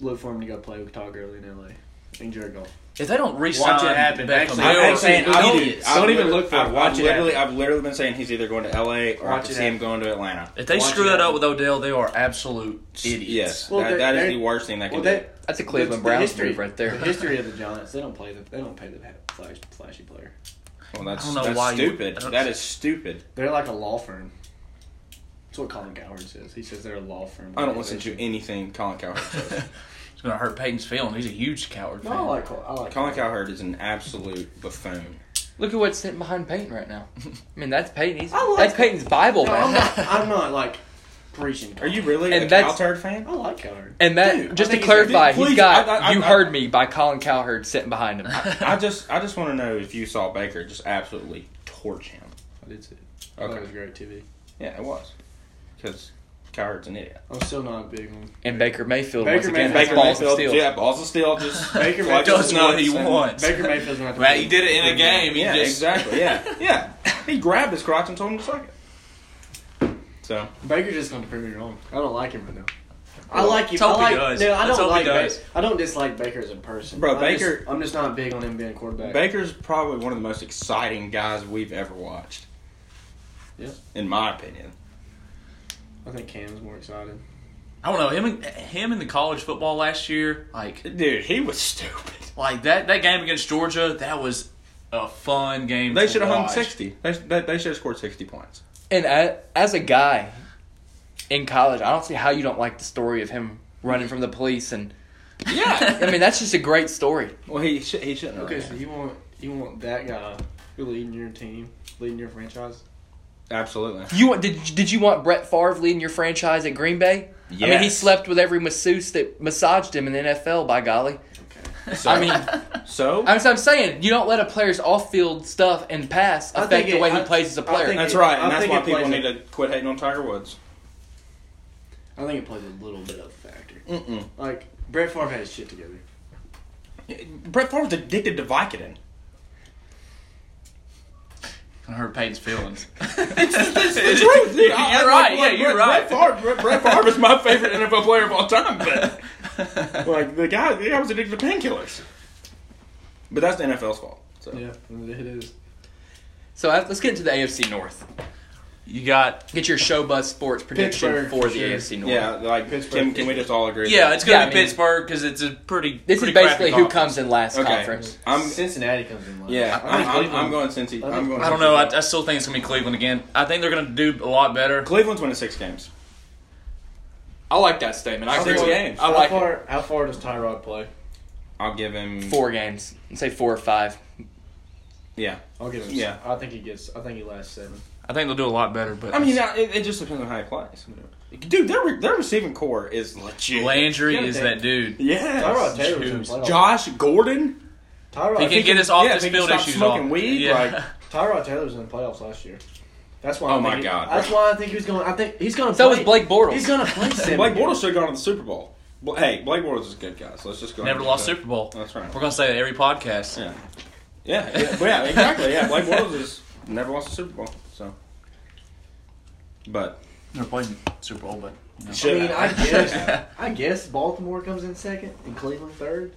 look for him to go play with Todd Gurley in L.A. and Jared Goff.
If they don't resign
Watch it happen.
Beckham,
Actually,
they
I'm
are
actually-
idiots.
don't- don't even look for it.
I've,
Watch
I've
it
literally, I've literally been saying he's either going to L.A. or I
Watch
could
it
see him going to Atlanta.
If they
Watch
screw
it
that up
happen.
with Odell, they are absolute idiots.
Yes,
Well,
that,
they-
that is
they-
the worst thing that can
Well,
do.
they,
That's a
the-
Cleveland
the
Browns
history-
move right there.
The history of the Giants, they don't play the they don't pay the flash, flashy player.
well, that's,
I don't know
that's
why you-
stupid.
I don't-
that is stupid.
They're like a law firm. That's what Colin Cowherd says. He says they're a law firm.
I don't listen to anything Colin Cowherd says.
It's gonna hurt Peyton's feeling. He's a huge coward.
No,
fan.
I like Col- I like
Colin Cowherd is an absolute buffoon.
Look at what's sitting behind Peyton right now. I mean, that's Peyton. He's,
I like-
that's Peyton's Bible,
No,
man.
I'm not. I'm not like preaching.
Are you really
And
a
that's-
Cowherd fan?
I like Cowherd.
and that,
Dude,
just
I
to
think he's gonna-
clarify,
Please,
he's got
I- I-
"You
I-
Heard Me" by Colin Cowherd sitting behind him.
I just, I just want to know if you saw Baker just absolutely torch him.
I did see. It. I thought it
Okay.
was great TV.
Yeah, it was. Because Cowherd's an idiot.
I'm still not big on
And Baker Mayfield
Baker
once again
Mayfield-
has
Baker
balls of
Mayfield,
steel.
yeah, balls of steel. Just
Baker
Like,
Mayfield
it's
does
not
what he
the same.
wants.
Baker Mayfield's not. the
Matt,
big
he did it in a game. He
Yeah,
just
exactly. Yeah, yeah. He grabbed his crotch and told him to suck it. So
one. Baker just gonna prove me wrong. I don't like him right now. I like him.
let's hope
I like,
he does.
No, I
Let's
don't
hope he
like. Ba-
does.
I don't dislike Baker as a person.
Bro,
I'm
Baker-
just- I'm just not big on him being a quarterback.
Baker's probably one of the most exciting guys we've ever watched.
Yeah.
In my opinion.
I think Cam's more excited.
I don't know him and him in the college football last year. Like
Dude, he was stupid.
like that that game against Georgia. That was a fun game.
They
to
should have hung
watch.
60. They, they, they should have scored 60 points.
And a- as a guy in college, I don't see how you don't like the story of him running from the police. And
Yeah.
I mean, that's just a great story.
well, he, sh- he shouldn't have.
Okay,
Okay,
so you want you want that guy who leading your team, leading your franchise?
Absolutely.
You want, did did you want Brett Favre leading your franchise at Green Bay? I mean, he
Yes.
slept with every masseuse that massaged him in the NFL. By golly,
Okay.
So,
I mean,
so?
I'm, I'm saying you don't let a player's off-field stuff and pass
I
affect
think
the
it-
way he
I-
plays as a
I
player.
think-
that's right.
I
And that's
think
why
it plays
people need
a-
to quit hating on Tiger Woods.
I think it plays a little bit of a factor.
Mm-mm.
Like Brett Favre had his shit together.
Brett Favre's addicted to Vicodin.
I hurt Peyton's feelings.
It's true, dude.
You're
I- I like-
right.
like,
Yeah, you're
Brett-
right.
Brett Favre, Brett, Brett Favre is my favorite NFL player of all time, but like the guy, the guy was addicted to painkillers. But that's the NFL's fault. So.
Yeah, it is.
so uh, let's get into the AFC North.
You got
Get your show bus sports prediction
Pittsburgh,
for
for
the
sure.
AFC North.
Yeah, like can, can we just all agree?
yeah. It's gonna
Yeah,
be
I mean-
Pittsburgh because it's a pretty.
This
pretty
is
crappy
basically who
conference.
comes in last
Okay.
conference.
I'm
Cincinnati comes in last. I
yeah. I'm,
think
I'm,
Cleveland-
I'm going Cincy. I'm going.
I don't know. I, I still think it's gonna be Cleveland again. I think they're gonna do a lot better.
Cleveland's winning six games.
I like that statement. I
Six
agree with it.
games.
I
how
like it.
far? How far does Tyrod play?
I'll give him
four games. I'd say four or five.
Yeah,
I'll give him.
Yeah.
I think he gets. I think he lasts seven.
I think they'll do a lot better. But
I mean, uh, it, it just depends on how he plays. Dude, their re- their receiving core is legit.
Landry
Yeah,
is
they-
that dude.
Yeah,
Tyrod Taylor's in the playoffs.
Josh Gordon.
Tyrod,
He
I
can
think
get us off
yeah,
this
if he can
field
stop
issues.
smoking
off.
weed, like-
Tyrod Taylor's in the playoffs last year. That's why.
Oh
I think
my
he-
God.
That's why I think he was going. I think he's going to.
So was Blake Bortles.
He's going to play. seven
Blake
games.
Bortles should have gone to the Super Bowl. Bl- Hey, Blake Bortles is a good guy. So let's just go. ahead
Never
and
lost
get
Super Bowl.
that. That's right.
We're gonna say that every podcast.
Yeah. Yeah, yeah, but yeah, exactly. Yeah, Blake Bortles is never lost a Super Bowl, so. But
They're playing Super Bowl, but
I mean, I guess. I guess Baltimore comes in second and Cleveland third.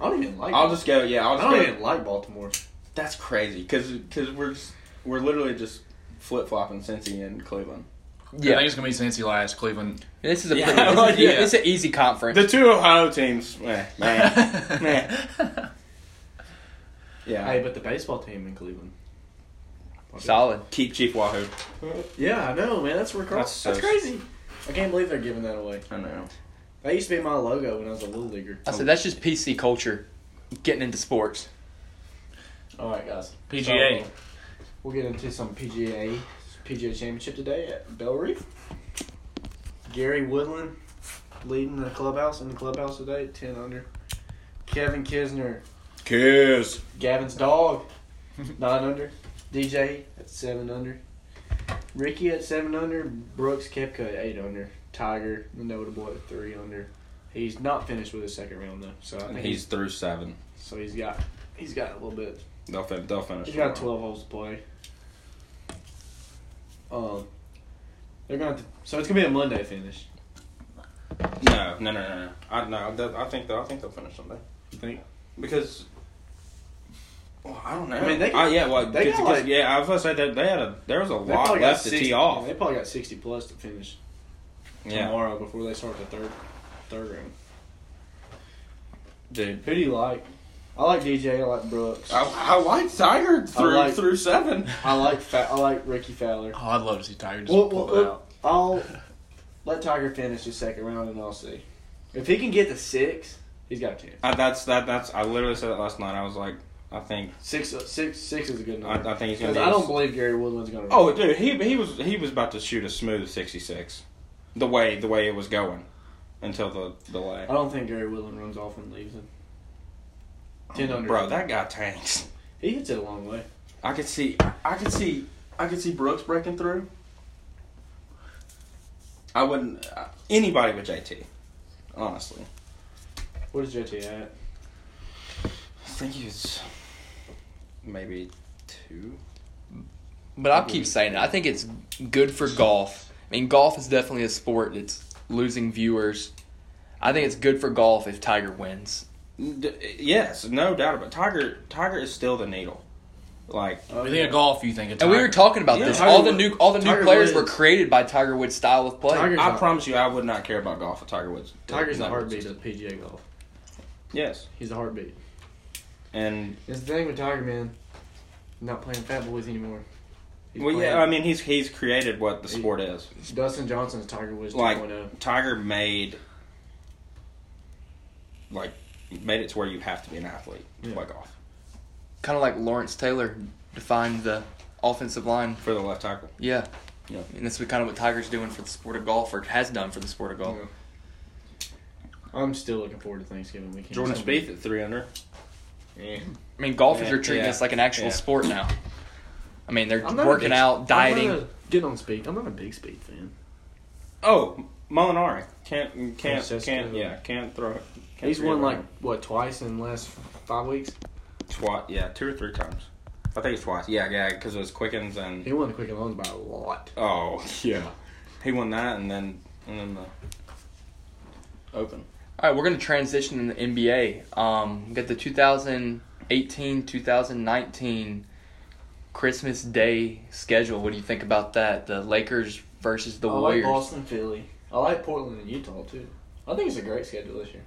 I don't even like.
I'll just go. Yeah, I'll
I
just
don't
go.
even like Baltimore.
That's crazy because we're just, we're literally just flip flopping Cincy and Cleveland.
I think it's gonna be Cincy last, Cleveland.
This is a
Yeah.
pretty, it's,
Yeah.
it's an easy conference.
The two Ohio teams, eh, man, man, yeah.
Hey, but the baseball team in Cleveland.
Solid.
keep Chief Wahoo.
Yeah, I know, man. That's where Carl.
That's
That's,
so-
crazy. I can't believe they're giving that away.
I know.
That used to be my logo when I was a little leaguer.
I said that's just PC culture, getting into sports.
All right, guys.
PGA.
So, we'll get into some PGA PGA Championship today at Belle Reef. Gary Woodland leading the clubhouse in the clubhouse today, at ten under. Kevin Kisner,
Kiss.
Gavin's dog, nine under. DJ at seven under. Ricky at seven under. Brooks Kepka at eight under. Tiger, the notable at three under. He's not finished with his second round though, so I think he's
He's through seven.
so he's got he's got a little bit
They'll fin- they'll finish.
He's got 12 holes to play. Um, they're going to. So it's going to be a Monday finish.
No, no, no, no, no. I no. they'll- I think they'll, I think they'll finish someday
You think?
because. Well, I don't know.
I mean, they-
I, Ah, yeah, well,
they
because-
got,
because-
like-
yeah. I was gonna say that they had a there was a
They
lot
probably got
left to
60
tee off.
They probably got 60 plus to finish
Yeah,
tomorrow before they start the third third round.
dude.
Who do you like? I like DJ. I like Brooks.
I,
I,
I like Tiger through
like-
through seven.
like Fa- I like Ricky Fowler.
Oh, I'd love to see Tiger just
Well,
pull
well,
it
well, uh,
out.
I'll let Tiger finish his second round and I'll see. If he can get to six, he's got a chance.
I, Uh, that's that. That's I literally said that last night. I was like, I think
Six, six, six is a good
I,
number.
I think he's gonna.
'Cause
Be
I don't believe Gary Woodland's going to.
Oh, dude, he he was he was about to shoot a smooth sixty six, the way the way it was going, until the delay.
I don't think Gary Woodland runs off and leaves him. Ten under.
Bro, that guy tanks.
he hits it a long way.
I could see. I could see. I could see Brooks breaking through. I wouldn't. Uh, anybody with JT, honestly.
What is JT at?
I think he was maybe two.
But I keep saying it. I think it's good for golf. I mean, golf is definitely a sport that's losing viewers. I think it's good for golf if Tiger wins.
D- yes, no doubt about. It. Tiger. Tiger is still the needle. Like
Oh,
You think of golf, you think of
And
Tiger.
we were talking about
Yeah,
this.
Tiger
all the
Woods-
new all the new
Tiger
players
Woods.
were created by Tiger Woods' style of play.
Tiger's,
I
not-
promise you, I would not care about golf if Tiger Woods. did
Tiger's the
not
heartbeat
exist.
of PGA golf.
Yes,
He's the heartbeat.
and
That's the thing with Tiger, man. He's not playing fat boys anymore. He's
well,
playing-
yeah. I mean, he's he's created what the sport is.
Dustin Johnson's Tiger Woods oh.
Like-
2.0.
Tiger made like made it to where you have to be an athlete to
Yeah.
play golf
Kind of like Lawrence Taylor defined the offensive line.
for the left tackle.
Yeah.
Yeah.
And that's kind of what Tiger's doing for the sport of golf, or has done for the sport of golf.
Yeah. I'm still looking forward to Thanksgiving weekend.
Jordan
It's gonna
Spieth at three under.
be- Yeah.
I mean, golfers
Yeah,
are treating
yeah,
us like an actual
yeah.
sport now. I mean, they're
I'm not a
working
big-
out, dieting.
I'm not a- Get on Speed. I'm not a big Speed fan.
Oh, Molinari can't can't
Francesco.
can't yeah can't throw. Can't
He's
throw
won
it
like what twice in the last five weeks.
twice. Yeah, two or three times. I think it's twice. Yeah, yeah, because it was Quickens and
He won the Quick and Loans by a lot.
oh yeah, he won that and then and then the Open.
All right, we're going to transition in the NBA. Um, we got the 2018-2019 Christmas Day schedule. What do you think about that? The Lakers versus the
I
Warriors.
like Boston, Philly. I like Portland and Utah too. I think it's a great schedule this year.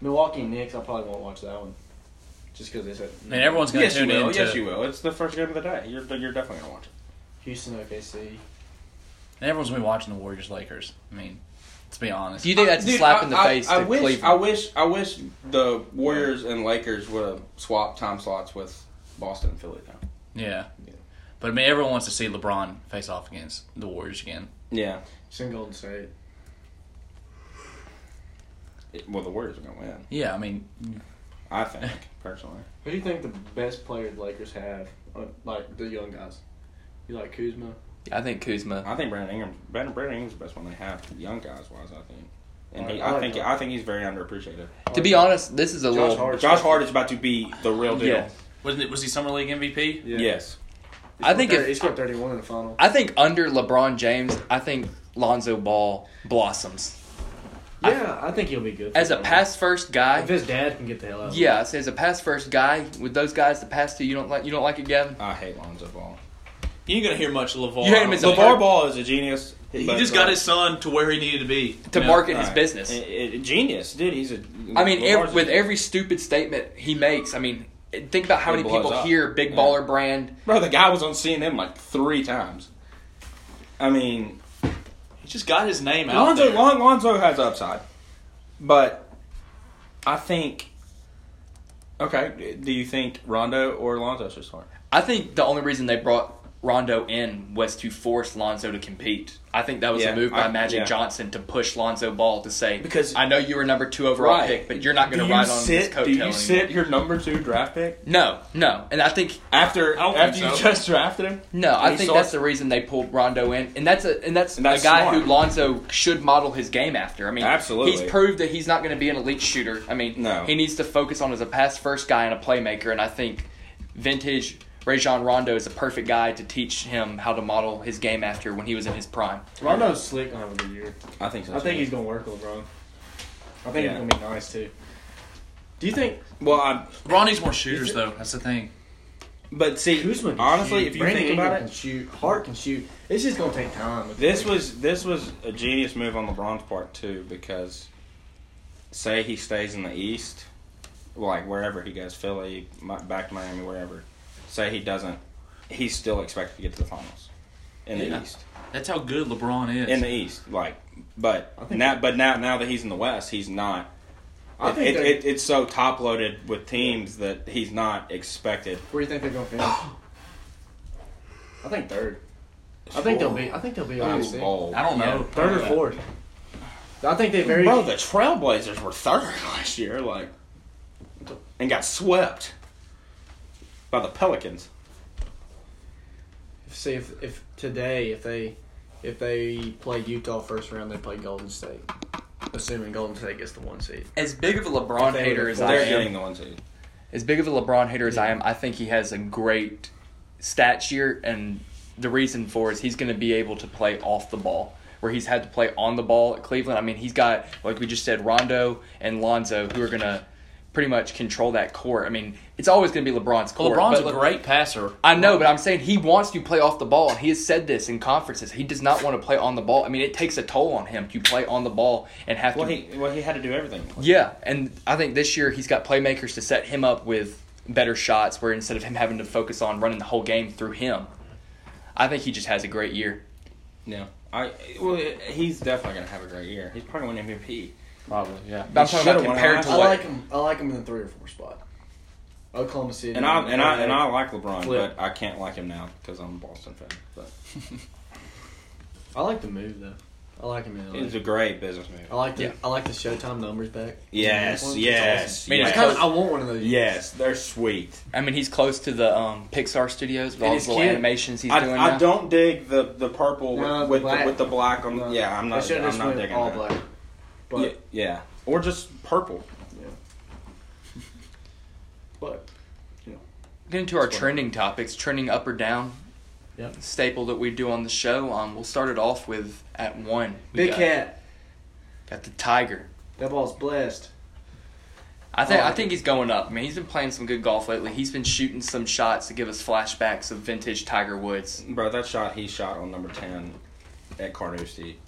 Milwaukee Knicks. I probably won't watch that one, just because they said.
I mean, everyone's gonna
Yes, you
tune in.
will.
to-
Yes, you will. It's the first game of the day. You're you're definitely gonna watch it.
Houston OKC.
And everyone's gonna be watching the Warriors Lakers. I mean, let's be honest.
Do you think that's a
Dude,
slap
I-
in the
I-
face
I
to
wish,
Cleveland?
I wish. I wish the Warriors and Lakers would have swapped time slots with Boston and Philly. Now.
yeah. But I mean, everyone wants to see LeBron face off against the Warriors again.
Yeah.
It's in Golden State.
It- well, the Warriors are gonna win.
Yeah, I mean,
I think personally.
Who do you think the best player the Lakers have? Uh, Like the young guys. You like Kuzma?
I think Kuzma.
I think Brandon Ingram. Brandon, Brandon Ingram's the best one they have, young guys wise. I think. And he,
I
I
like
think
that.
I think he's very underappreciated.
To be honest, this is a
Josh
little.
Hart.
Josh Hart is about to be the real deal.
yeah. Wasn't it, was he summer league MVP?
Yeah.
Yes.
He
I think
scored
if-
he scored 31 in the final.
I think under LeBron James, I think Lonzo Ball blossoms
Yeah, I think he'll be good. for
as a
them.
pass first guy.
if his dad can get the hell out. of him.
Yeah, I say as a pass first guy with those guys to pass to, you don't like you don't like it, Gavin.
I hate Lonzo Ball.
You ain't gonna hear much of LeVar.
You hate him as a
LeVar
part-
Ball is a genius.
He
but,
just
uh,
got his son to where he needed to be
To
You know?
market his
Right.
business.
A- a- genius, dude. He's a.
I mean,
LeVar's
ev-
a
with
genius.
every stupid statement he makes, I mean, think about how
It
many
blows
people
up.
hear Big
Yeah.
Baller Brand.
bro, the guy was on CNN like three times. I mean,
He just got his name out
Lonzo,
there.
Lon, Lonzo has upside, but I think. Okay, do you think Rondo or Lonzo should start?
I think the only reason they brought Rondo in was to force Lonzo to compete. I think that was
Yeah,
a move by
I-
Magic
yeah.
Johnson to push Lonzo Ball to say,
Because-
I know you were number two overall
Right.
pick, but you're not going
Do
to
you
ride on
sit-
this coattail
Do you
anymore."
sit your number two draft pick
No, no, and I think
after
I don't
after
think
you
so.
just drafted him?
No, I
he
think
saw-
that's the reason they pulled Rondo in, and that's a and that's,
And that's
a guy
smart.
who Lonzo should model his game after. I mean,
Absolutely.
he's proved that he's not going to be an elite shooter. I mean,
No.
he needs to focus on as a pass first guy and a playmaker, and I think vintage Rajon Rondo is the perfect guy to teach him how to model his game after when he was in his prime.
Rondo's slick gonna have a good year.
I think so.
I think
too.
he's gonna work with LeBron. I think
Yeah.
he's gonna be nice too. Do you think
well. I'm,
Ronnie's more shooters though. That's the thing.
but see,
Kuzma can
honestly,
shoot,
if you
Brandon
think about
Ingram
it,
can shoot, Hart can shoot. It's just gonna take time. with
This
the
was this was a genius move on LeBron's part too, because say he stays in the East, like wherever he goes, Philly, mi- back to Miami, wherever. Say he doesn't, he's still expected to get to the finals in the
Yeah.
East.
That's how good LeBron is.
In the East, like, but
I think-
now, but now, now that he's in the West, he's not.
I
it,
think
it,
they-
it- it's so top loaded with teams that he's not expected.
Where do you think they're gonna finish? I think third. I think they'll be. I think they'll be. all
That's
right.
bold.
I don't know.
Yeah, third or fourth. I think they very.
Bro, the Trailblazers were third last year, like, and got swept by the Pelicans.
see if, if today if they if they play Utah first round they play Golden State, assuming Golden State gets the one seed.
As big of a LeBron
If they
hater
would've
as
forced
I
They're
am,
getting the one seed.
as big of a LeBron hater as I am, I think he has a great stat sheet, and the reason for is he's going to be able to play off the ball. Where he's had to play on the ball at Cleveland. I mean, he's got like we just said, Rondo and Lonzo, who are going to pretty much control that court. I mean, it's always going to be LeBron's
Well,
court.
LeBron's
but
a
Le-
great passer.
I know, but I'm saying he wants to play off the ball, and he has said this in conferences. He does not want to play on the ball. I mean, it takes a toll on him to play on the ball and have
Well,
to
he well he had to do everything.
yeah, and I think this year he's got playmakers to set him up with better shots, where instead of him having to focus on running the whole game through him, I think he just has a great year.
Yeah, I well he's definitely gonna have a great year. He's probably won MVP.
Probably, yeah.
But I'm talking about
should've won
compared
last
to
I
year.
what
like him. I like him in the three or four spot. Oklahoma City.
And I and I and I like LeBron,
Flip.
but I can't like him now because I'm a Boston fan. But
I like the move though. I like him in.
it's
LA.
a great business move.
I like the
Yeah.
I like the Showtime numbers back.
Yes,
It's
yes,
awesome. I,
yes.
kinda, I want one of those.
Yes, they're sweet.
I mean, he's close to the um, Pixar studios
And
with all
he's
his little
cute.
animations he's
I,
doing
I
now.
don't dig the the purple
No, the
with with the,
black.
with the black on.
No.
yeah, I'm
They
not.
should
I'm
have
not
just went
digging
all
that.
black. But
yeah, yeah, or just purple.
but
Get into our trending topics, trending up or down.
Yep.
Staple that we do on the show. Um, we'll start it off with at one. We
big
got,
cat.
got the tiger.
That ball's blessed.
I think
Oh,
I
okay.
think he's going up. I mean, he's been playing some good golf lately. He's been shooting some shots to give us flashbacks of vintage Tiger Woods.
Bro, that shot he shot on number ten at Carnoustie,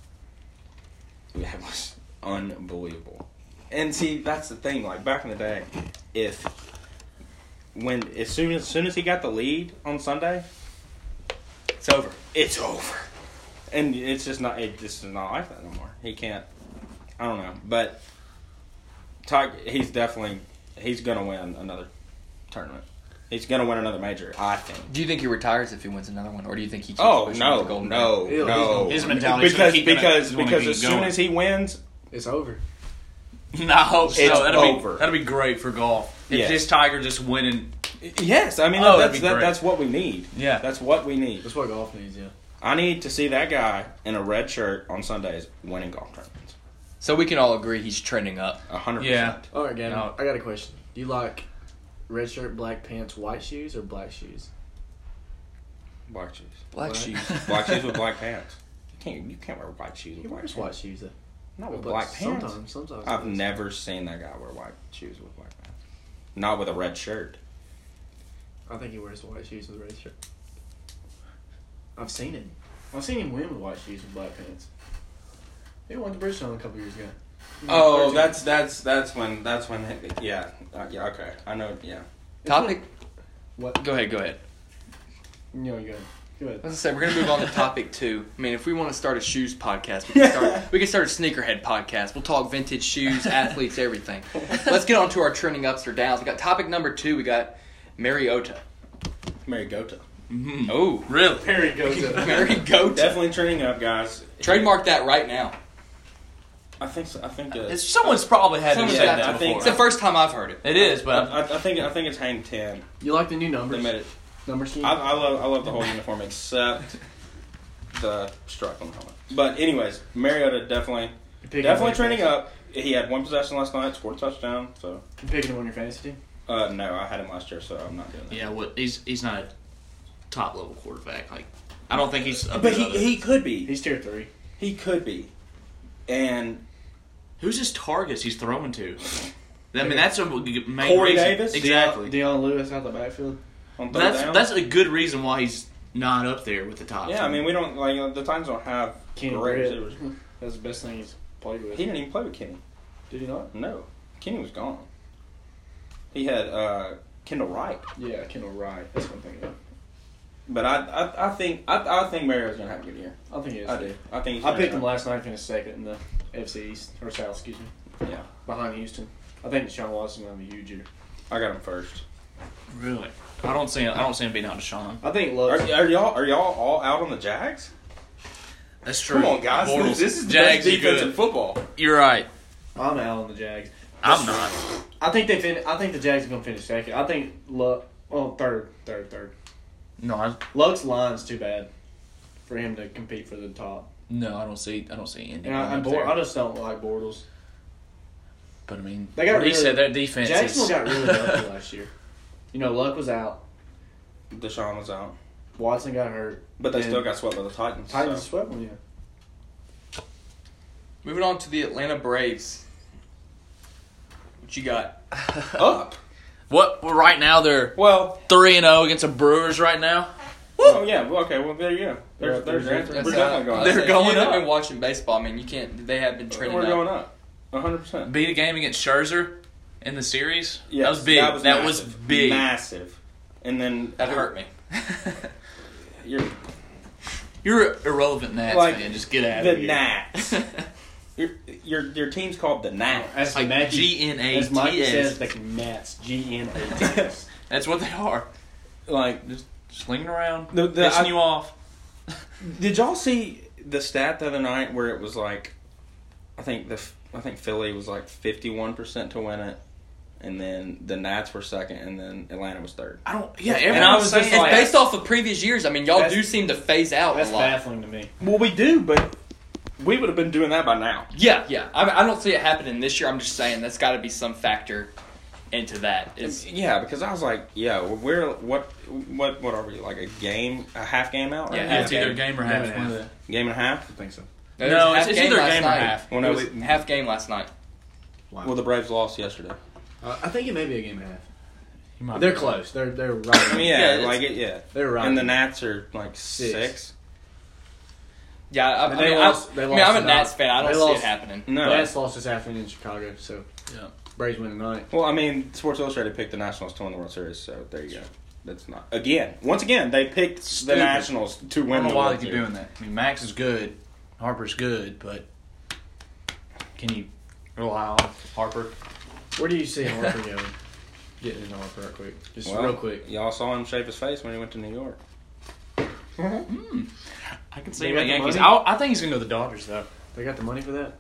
yeah, was unbelievable. And see, that's the thing. Like back in the day, if when as soon as soon as he got the lead on Sunday,
It's over.
it's over. And it's just not. It just is not like that no more. He can't. I don't know, but Tiger, he's definitely he's gonna win another tournament. He's gonna win another major, I think.
Do you think he retires if he wins another one, or do you think he? Keeps
Oh
pushing with
no,
the Golden Bear?
no,
Ew,
no!
his mentality's
because
gonna keep gonna-
because
gonna
because
keep
as soon
going.
as he wins,
It's over.
No, I hope so.
It's
that'd
over.
Be, that'd be great for golf. If
Yeah.
this Tiger just winning.
yes, I mean
Oh, that'd
that's
be
that,
great.
that's what we need.
Yeah.
that's what we need.
That's what golf needs, yeah.
I need to see that guy in a red shirt on Sundays winning golf tournaments.
So we can all agree he's trending up.
A hundred
Yeah.
percent.
All right, Gavin.
No.
I got a question. Do you like red shirt, black pants, white shoes, or black shoes?
Black shoes,
Black
What?
shoes.
black shoes with black pants. You can't you can't wear white shoes
He
with black
wears
pants.
white shoes though.
Not with
But
black pants.
Sometimes, sometimes.
I've
he does.
never seen that guy wear white shoes with black pants. Not with a red shirt.
I think he wears white shoes with red shirt. I've seen it. I've seen him win with white shoes and black pants. He won the Bridgestone a couple years ago.
Oh,
Virgin.
that's that's that's when that's when yeah uh, yeah okay I know yeah.
Topic.
What?
Go ahead. Go ahead.
No, you got. it. Go ahead.
I was gonna say we're gonna move on to topic two. I mean, if we want to start a shoes podcast, we can start. we can start a sneakerhead podcast. We'll talk vintage shoes, athletes, everything. Let's get on to our trending ups or downs. We got topic number two. We got Mariota.
Mary Gota.
Oh,
Mm-hmm. Really?
There he goes.
Mariota.
Definitely trending up, guys.
Trademark that right now.
I think so, I think uh,
It's- someone's probably had to
Someone's
say
got
that
to. I
before.
think-
It's the first time I've heard it.
it is, but
I, I think I think it's Hang Ten.
You like the new
They
numbers?
made it.
Number scheme.
I, I love I love the whole uniform except the stripe on the helmet. But anyways, Mariota definitely
You picking
definitely
one
trending
your
up. He had one possession last night, scored a touchdown. So
fantasy- You picking one your fantasy team?
uh, no, I had him last year, so I'm not doing that.
yeah, what he's he's not a top level quarterback. Like I don't think he's.
But he, he could be.
He's tier three.
He could be. And
who's his targets he's throwing to? I mean, that's a g- main
Corey
reason.
Davis?
Exactly.
Deion Lewis out the backfield.
on third
That's
down-
that's a good reason why he's not up there with the top.
yeah. I
ten.
mean, we don't like uh, the Titans don't have
Kenny
great
Britt.
receivers.
That's the best thing he's played with.
He didn't even play with Kenny.
Did he not?
No, Kenny was gone. He had uh, Kendall Wright,
Yeah, Kendall Wright. That's one thing. Yeah.
but I I, I think I, I think Mario's gonna have a good year.
I think he is.
I do. I think he's
I
gonna
picked him
have-
last night, finished second in the FC East or South, excuse me,
Yeah,
behind Houston. I think Deshaun Watson's gonna have a huge year.
I got him first.
really. I don't see I don't see him beating out Deshaun.
I think
Are,
Love.
are y'all are y'all all out on the Jags?
That's true.
Come on, guys!
Bortles.
This is the
Jags.
best
you
defense
good.
in football.
You're right.
I'm out on the Jags.
I'm not.
I think they fin- I think the Jags are gonna finish second. I think Luck. Well, third, third, third.
No, I,
Luck's line's too bad for him to compete for the top.
no, I don't see. I don't see anything.
And I, I'm
up
bored.
there.
I just don't like Bortles.
But I mean,
They got
what he
really-
said their defense.
Jacksonville
is,
got really lucky last year. You know, Luck was out.
Deshaun was out,
Watson got hurt.
but they
And
still got swept by the Titans.
Titans
so.
swept them. Yeah.
Moving on to the Atlanta Braves. What you got?
up.
what well, right now they're
Well,
three and zero against the Brewers right now.
oh yeah. Well, okay. Well, there you go. There's,
They're up
there's,
there.
there's,
That's
we're
uh,
definitely going.
They're
up.
going
Yeah.
up and watching baseball. I mean, you can't. They have been trending
We're
up.
going up. 100. percent
Beat a game against Scherzer in the series.
Yes,
that was big. That was,
massive.
big.
Massive. And then
That hurt me.
You're
You're irrelevant Nats
Like,
fan. Just get out
the
of here.
Nats. your, your your team's called the Nats.
As
Like
Mackey-
G N A
As Mike
T
says,
S.
the Nats. G N A T S.
That's what they are.
Like,
Just slinging around,
The- the-
pissing
I-
you off.
did y'all see the stat the other night where it was like, I think the I think Philly was like 51 percent to win it, and then the Nats were second, and then Atlanta was third.
I don't. Oh, Yeah,
And
everyone
I was
saying
just
It's
like-
based off of previous years. I mean, y'all
That's-
do seem to phase out
That's
a lot.
baffling to me.
Well, we do, but we would have been doing that by now.
Yeah, yeah. I, I don't see it happening this year. I'm just saying that's got to be some factor into that. It's,
yeah, because I was like, yeah, we're what what what are we like a game, a half game out? Right
Yeah,
now?
it's either game or half.
Game and
one
half.
of the-
game and a half.
think so.
it was
No,
half
it's- it's either
last
game or
night.
half.
Well,
it
no,
was
we-
half game last night.
Well, the Braves lost yesterday.
Uh, I think it may be a game and a half.
You might
They're
be-
close. They're they're right.
I mean,
Yeah,
yeah,
it's-
like it, yeah.
They're right.
And the Nats are like six.
Six.
Yeah, I,
But
I mean,
they
I,
lost- they
I mean,
lost
I'm a
tonight.
Nats fan. I
They
don't see
lost-
it happening.
No.
Nats lost this afternoon in Chicago, so
Yeah.
Braves win tonight.
Well, I mean, Sports Illustrated picked the Nationals to win the World Series, so there you go. That's not again. Once again, they picked
Stupid.
the Nationals to
I
win
don't
the
know why
World
they keep
Series.
doing that. I mean, Max is good, Harper's good, but can you rely on Harper?
Where do you see Harper going? getting in off right quick. Just
Well,
real quick.
Y'all saw him shave his face when he went to New York.
I can
They
see him at
got the
Yankees.
money?
I, I think he's gonna go to the Dodgers though.
They got the money for that.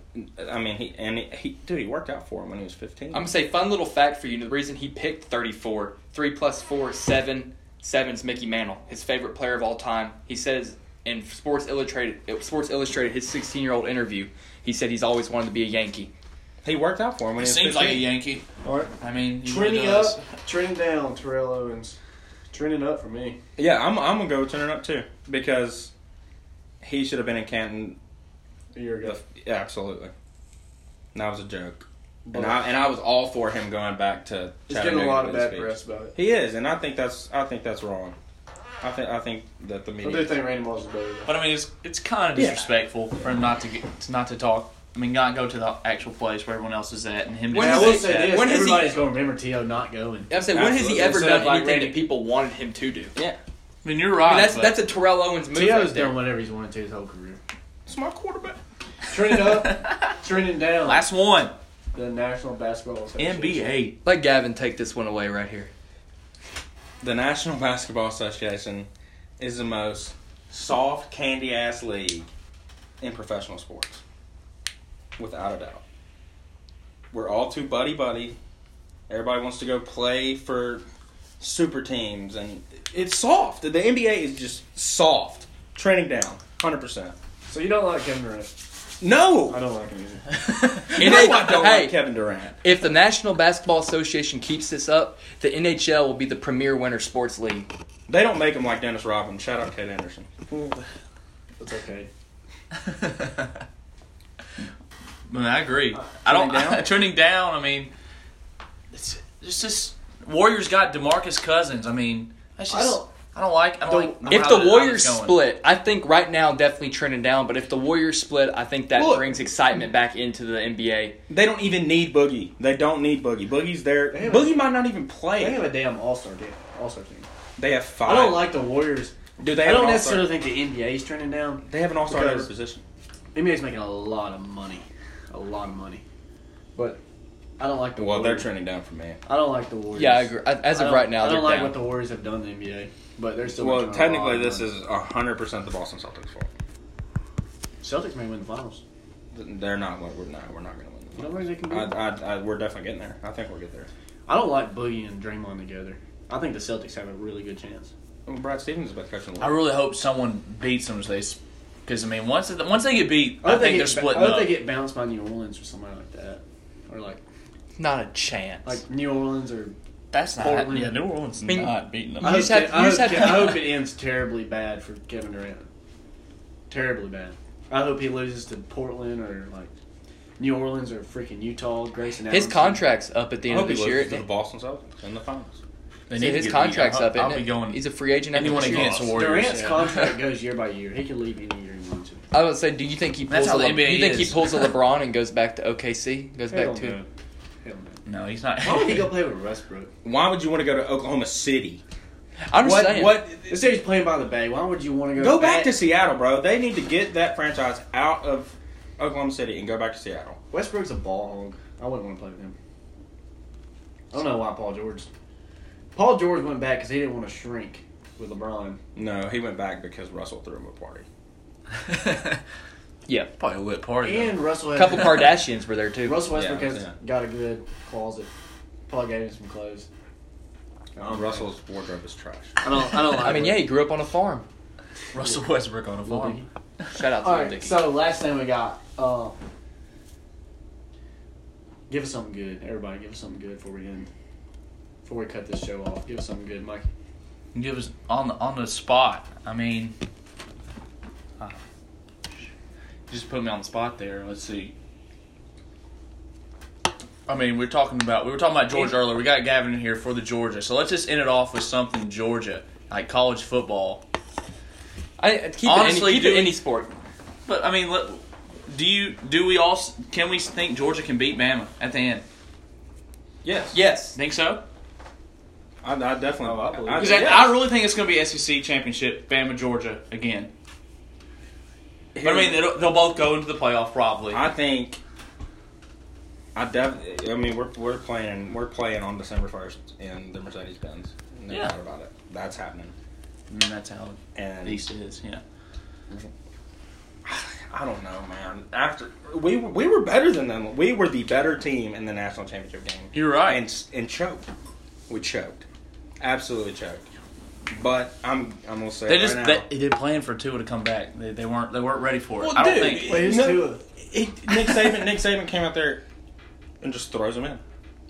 I mean, he and he, he dude, he worked out for him when he was 15.
I'm gonna say fun little fact for you. The reason he picked 34, three plus four, seven, seven's Mickey Mantle, his favorite player of all time. He says in Sports Illustrated, uh, Sports Illustrated, his 16 year old interview, he said he's always wanted to be a Yankee.
he worked out for him when
He
he, was
seems
15.
like a Yankee.
All right,
I mean, he really
trending up,
does.
trending down. Terrell Owens, trending up for me.
Yeah, I'm I'm gonna go turn it up too because he should have been in Canton.
A year ago,
The, yeah, absolutely. And that was a joke. And I and I was all for him going back to.
he's getting a
Chattanooga
lot of
with his
bad
speech.
press about it.
He is, and I think that's I think that's wrong. I think I think that the
I do
media.
think Randy Moss is better. Though.
But I mean, it's it's kind of
Yeah.
disrespectful for him not to get to not to talk. I mean, not go to the actual place where everyone else is at, and him.
When
just
is
I
it-
will
sit
say
there.
this:
when has he-
everybody's going to remember To not going.
I'm saying when has
Absolutely.
he ever
Instead
done
of like
anything
Randy-
that people wanted him to do?
yeah,
I mean, you're right.
I mean, that's
but-
that's a Terrell Owens move.
T.O.'s
Right there.
done whatever he's wanted to his whole career.
it's my quarterback.
Trending up, trending down.
last one.
the National Basketball Association.
NBA.
Let Gavin take this one away right here.
The National Basketball Association is the most soft candy ass league in professional sports, without a doubt. We're all too buddy buddy. Everybody wants to go play for super teams, and it's soft. The NBA is just soft. Training down, hundred percent.
So you don't like Kevin Durant?
No,
I don't like him either.
no,
is-
I don't
hey.
like Kevin Durant.
If the National Basketball Association keeps this up, the NHL will be the premier winter sports league.
They don't make him like Dennis Rodman. Shout out Kate Anderson.
That's okay.
I mean, I agree. I don't.
trending down?
trending down. I mean, it's it's just Warriors got Demarcus Cousins. I mean, that's
I
just. I
don't-
don't, like. I don't,
Don't-
like.
If
how
the
that- how
Warriors
it's going.
split, I think right now definitely trending down. But if the Warriors split, I think that
Look.
brings excitement back into the NBA.
They don't even need Boogie. They don't need Boogie. Boogie's there.
They have-
Boogie might not even
They
play.
have a damn All Star game. All Star team.
They have five.
I don't like the Warriors.
Do they?
I
have
don't
an all-star?
necessarily think the NBA is trending down.
They have an all-star at every
Because-
position.
NBA's making a lot of money, a lot of money. But I don't like the
Well, they're
Warriors.
trending down for me.
I don't like the Warriors.
Yeah, I agree. I- As
I
of
don't-
right now,
I don't
they're
like
down.
what the Warriors have done in the NBA, but they're still.
Well,
making a lot
technically,
of
this
money.
is hundred percent the Boston Celtics' fault.
Celtics may win the finals.
They're not. We're not. We're not going to win.
I don't think they can
I,
do it.
I, I, we're definitely getting there. I think we'll get there.
I don't like Boogie and Draymond together. I think the Celtics have a really good chance.
Well, Brad Stevens is about to coach in the
I
league.
really hope someone beats them. Because I mean, once it, once they get beat, I,
hope
think
get,
they're splitting
I hope
up.
they get bounced by New Orleans or somebody like that, or like
Not a chance.
like New Orleans or.
That's not.
Portland.
Yeah, New Orleans
mean,
not beating them.
I
I
You
hope,
just have-
it, I,
you
hope,
just have
I
to-
hope it ends terribly bad for Kevin Durant. Terribly bad. I hope he loses to Portland or like New Orleans or freaking Utah. Grayson.
His
Allen's-
contract's up at
I
the end
hope
of
he
this year.
loses to the Boston Celtics in the finals.
They
See,
need to
his
get beat.
contract's
I'll-
up.
I'll
isn't
be
it?
going.
He's a free agent. after
anyone
this year.
against the Warriors.
Durant's
yeah.
contract goes year by year. He could leave any year he wants to.
I would say, do you think he
That's
pulls? A
how the
Le-
NBA
you think he
is.
pulls a LeBron and goes back to OKC? Goes
Hell
back to
no. Hell no.
No, he's not.
Why would he go play with Westbrook?
Why would you want to go to Oklahoma City?
I'm just
what?
saying.
What?
This dude's playing by the bay. Why would you want to go?
Go back to Seattle, bro. They need to get that franchise out of Oklahoma City and go back to Seattle.
Westbrook's a ball hog. I wouldn't want to play with him. I don't know why Paul George. Paul George went back because he didn't want to shrink with LeBron.
No, he went back because Russell threw him a party.
Yeah,
Probably a lit party.
And Russell
a
had
couple Kardashians were there too.
Russell Westbrook
Yeah,
has
yeah.
got a good closet. Probably gave him some clothes.
Oh, Russell's wardrobe is trash.
I don't. I don't like.
I mean,
it.
yeah, he grew up on a farm.
Russell Westbrook on a
Little
farm.
Dicky.
Shout out to
All
Lil
right.
Dicky.
So last thing we got. Uh, give us something good, everybody. Give us something good before we end. Before we cut this show off, give us something good, Mike.
Give us on the on the spot. I mean, uh, just put me on the spot there. Let's see. I mean, we're talking about we were talking about Georgia earlier. We got Gavin in here for the Georgia, so let's just end it off with something Georgia, like college football.
I, keep
Honestly,
it any, keep it
dude.
any sport.
But I mean, let, do you do we all s- can we think Georgia can beat Bama at the end?
Yes.
Yes.
Think so?
I, I definitely.
Oh, I believe
I,
Because
yeah.
I, I really think it's going to be SEC championship, Bama Georgia again. But I mean, they'll, they'll both go into the playoff probably.
I think I def- I mean, we're, we're playing we're playing on December first in the Mercedes Benz. No
Yeah.
doubt about it. That's happening.
I mean, that's how
And
East is. Yeah.
I don't know, man. After we we were better than them. We were the better team in the national championship game.
You're right.
And and choked. We choked. Absolutely choked. But I'm I'm gonna say
They
right
just
now.
they, they didn't plan for Tua to come back. They, they weren't they weren't ready for it.
Well,
I don't
dude,
think.
Wait, who's
No.
Tua?
He- Nick Saban Nick Saban came out there and just throws him in.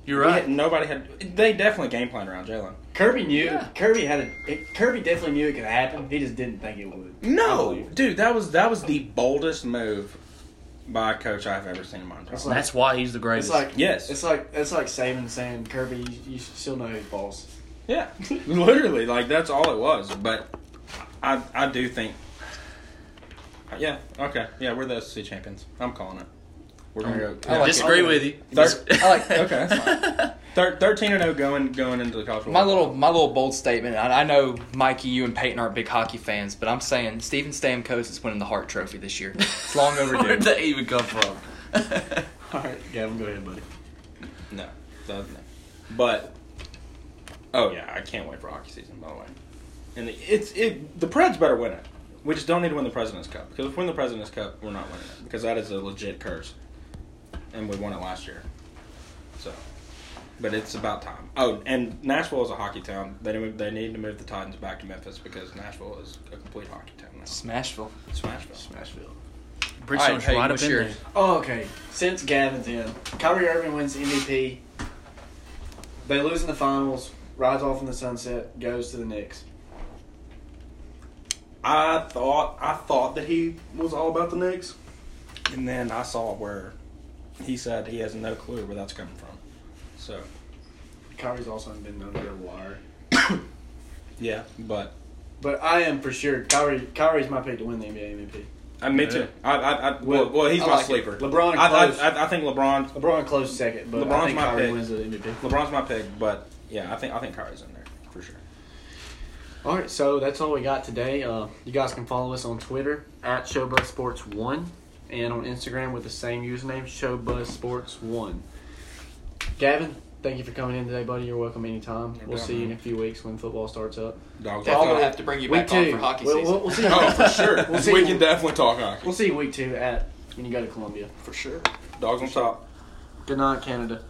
You're
We
right.
had- nobody had. They definitely game planned around Jalen.
Kirby knew.
Yeah.
Kirby had a. It, Kirby definitely knew it could happen. He just didn't think it would. I
No,
believe.
dude, that was that was the boldest move by a coach I've ever seen in my entire
That's
life.
That's why he's the greatest.
It's like
Yes.
It's like it's like Saban saying Kirby, you, you still know who's boss.
Yeah, literally, like that's all it was. But I, I do think, yeah, okay, yeah, we're the SEC champions. I'm calling it. We're gonna go.
I like
disagree
it.
with you.
Thir-
I like-
okay, that's Thir- Thirteen and zero going going into the college.
My
World Cup.
little my little bold statement. I, I know Mikey, you and Peyton are big hockey fans, but I'm saying Steven Stamkos is winning the Hart Trophy this year. It's long
Where'd
overdue.
that even come from?
All right, Gavin, go ahead, buddy.
no, that- no. but oh yeah, I can't wait for hockey season. By the way, and the, it's it the Preds better win it. We just don't need to win the President's Cup because if we win the President's Cup, we're not winning it because that is a legit curse, and we won it last year. So, but it's about time. Oh, and Nashville is a hockey town. They move, they need to move the Titans back to Memphis because Nashville is a complete hockey town now.
Smashville.
Smashville.
Smashville.
Bridgestone
All right, Peyton,
right up
what's
in
yours?
there.
Oh, okay. Since Gavin's in, Kyrie Irving wins MVP. They lose in the finals. Rides off in the sunset. Goes to the Knicks.
I thought I thought that he was all about the Knicks, and then I saw where he said he has no clue where that's coming from. So
Kyrie's also been under a wire.
yeah, but
But I am for sure Kyrie. Kyrie's my pick to win the NBA MVP.
I me
Yeah.
too. I, I, I
Well,
well, well he's
I
my
like it.
sleeper.
LeBron
I, I,
close.
I, I think LeBron
LeBron close second, but
LeBron's
I think
my
Kyrie
pick.
wins the MVP.
LeBron's my pick, but yeah, I think I think Kyrie's in there for sure.
All right,
So that's all we got today. Uh, you guys can follow us on Twitter at Showbuzz Sports One, and on Instagram with the same username, Showbuzz Sports One. Gavin, thank you for coming in today, buddy. You're welcome anytime.
No
we'll
doubt,
see you in
man.
a few weeks when football starts up.
Dog.
Definitely
Follow-
gonna have to bring you
We
back on
too.
for hockey
We'll-
season.
we'll- we'll see.
Oh, for sure.
We'll see.
we can definitely talk hockey
We'll see you week two at when you go to Columbia.
for sure. Dogs on top.
Good night, Canada.